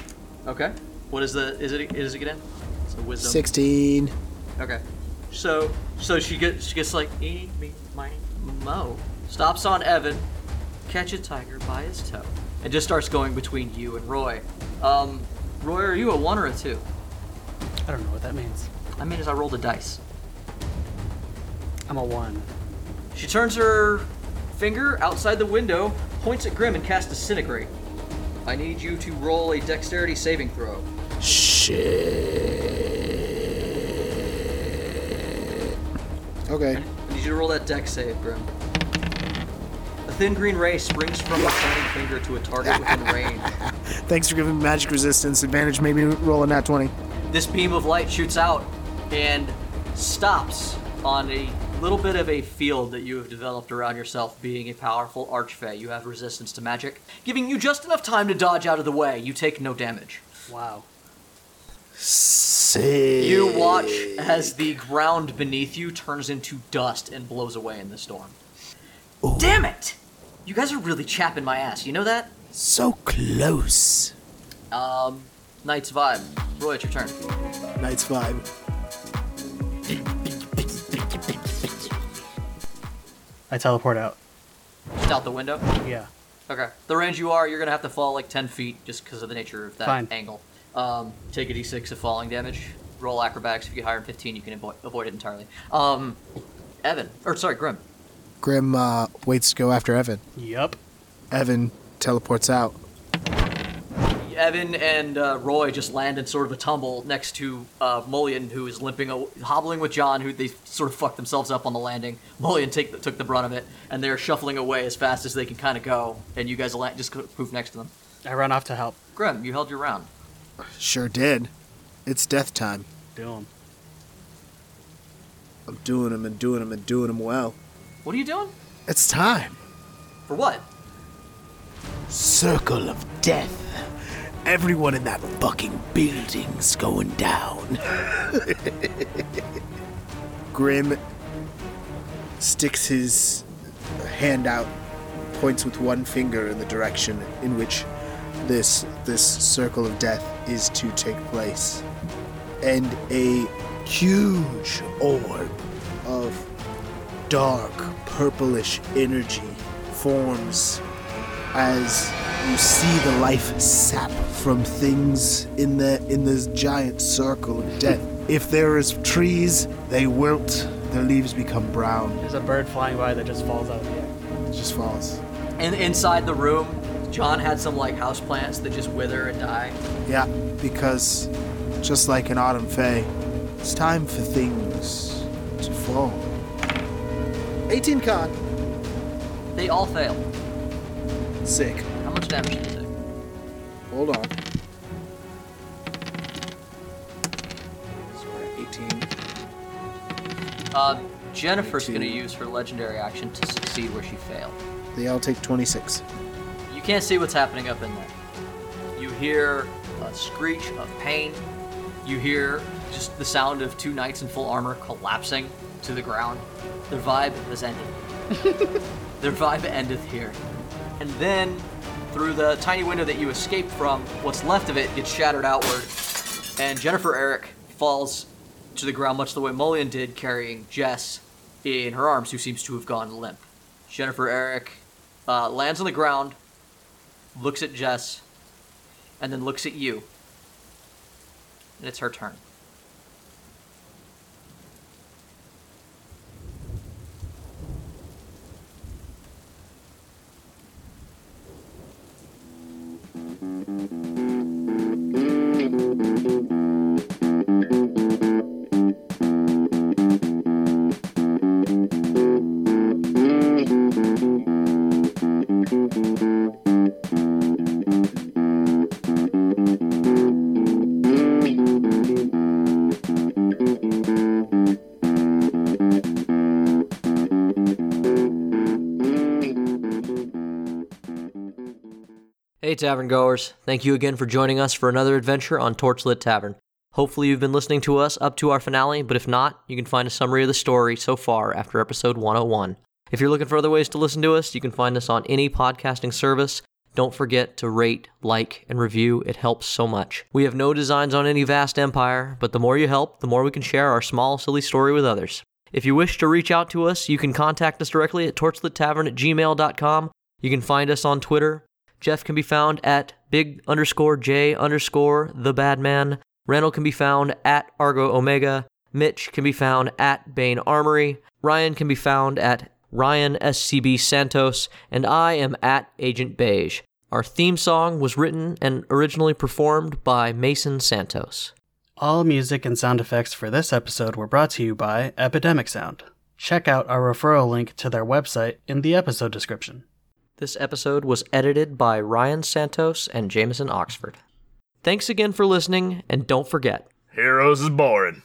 Speaker 1: Okay. What is the, is it, is it again? It's a wisdom.
Speaker 4: 16.
Speaker 1: Okay. So so she gets she gets like eeny me miny mo stops on Evan, catch a tiger by his toe, and just starts going between you and Roy. Um, Roy, are you a one or a two?
Speaker 3: I don't know what that means.
Speaker 1: I mean, as I rolled a dice.
Speaker 3: I'm a one.
Speaker 1: She turns her finger outside the window, points at Grim, and casts disintegrate. I need you to roll a dexterity saving throw.
Speaker 4: Okay.
Speaker 1: I need you to roll that dex save, Grim. A thin green ray springs from the pointing finger to a target within range.
Speaker 4: Thanks for giving me magic resistance advantage. Maybe roll a nat 20.
Speaker 1: This beam of light shoots out and stops on a little bit of a field that you have developed around yourself, being a powerful archfey. You have resistance to magic, giving you just enough time to dodge out of the way. You take no damage.
Speaker 7: Wow.
Speaker 5: Say.
Speaker 1: You watch as the ground beneath you turns into dust and blows away in the storm. Damn it! You guys are really chapping my ass, you know that?
Speaker 5: So close.
Speaker 1: Um, Knight's Vibe. Roy, it's your turn.
Speaker 4: Knight's vibe.
Speaker 3: I teleport out.
Speaker 1: Just out the window.
Speaker 3: Yeah.
Speaker 1: Okay. The range you are, you're gonna have to fall like 10 feet just because of the nature of that
Speaker 3: Fine.
Speaker 1: angle. Um, take a d6 of falling damage. Roll acrobatics. If you get higher than 15, you can avoid, avoid it entirely. Um, Evan. Or, sorry, Grim.
Speaker 4: Grim uh, waits to go after Evan.
Speaker 3: Yup.
Speaker 4: Evan teleports out.
Speaker 1: Evan and uh, Roy just land in sort of a tumble next to uh, Mullion, who is limping, aw- hobbling with John, who they sort of fucked themselves up on the landing. Mullion take the, took the brunt of it, and they're shuffling away as fast as they can kind of go, and you guys la- just co- poof next to them.
Speaker 3: I run off to help.
Speaker 1: Grim, you held your round.
Speaker 4: Sure did. It's death time.
Speaker 3: Do 'em.
Speaker 4: I'm doing him and doing him and doing him well.
Speaker 1: What are you doing?
Speaker 4: It's time.
Speaker 1: For what?
Speaker 5: Circle of death. Everyone in that fucking building's going down.
Speaker 4: Grim sticks his hand out, points with one finger in the direction in which this this circle of death is to take place. And a huge orb of dark purplish energy forms as you see the life sap from things in the in this giant circle of death. if there is trees, they wilt, their leaves become brown.
Speaker 3: There's a bird flying by that just falls out of the air.
Speaker 4: It just falls.
Speaker 1: And inside the room, John had some like house plants that just wither and die.
Speaker 4: Yeah, because just like an autumn fay, it's time for things to fall. 18 con.
Speaker 1: They all fail.
Speaker 4: Sick.
Speaker 1: How much damage did you take?
Speaker 4: Hold on. So we're at 18.
Speaker 1: Uh, Jennifer's going to
Speaker 4: 18.
Speaker 1: use her legendary action to succeed where she failed.
Speaker 4: They all take 26.
Speaker 1: You can't see what's happening up in there. You hear a screech of pain. You hear just the sound of two knights in full armor collapsing to the ground. Their vibe has ended. Their vibe endeth here. And then, through the tiny window that you escaped from, what's left of it gets shattered outward, and Jennifer Eric falls to the ground, much the way Mullion did, carrying Jess in her arms, who seems to have gone limp. Jennifer Eric uh, lands on the ground, looks at Jess, and then looks at you. And it's her turn. Hey, tavern goers. Thank you again for joining us for another adventure on Torchlit Tavern. Hopefully, you've been listening to us up to our finale, but if not, you can find a summary of the story so far after episode 101. If you're looking for other ways to listen to us, you can find us on any podcasting service. Don't forget to rate, like, and review. It helps so much. We have no designs on any vast empire, but the more you help, the more we can share our small, silly story with others. If you wish to reach out to us, you can contact us directly at torchlittavern at gmail.com. You can find us on Twitter. Jeff can be found at big underscore J underscore the bad man. Randall can be found at Argo Omega. Mitch can be found at Bane Armory. Ryan can be found at Ryan SCB Santos. And I am at Agent Beige. Our theme song was written and originally performed by Mason Santos.
Speaker 3: All music and sound effects for this episode were brought to you by Epidemic Sound. Check out our referral link to their website in the episode description.
Speaker 1: This episode was edited by Ryan Santos and Jameson Oxford. Thanks again for listening, and don't forget
Speaker 9: Heroes is boring.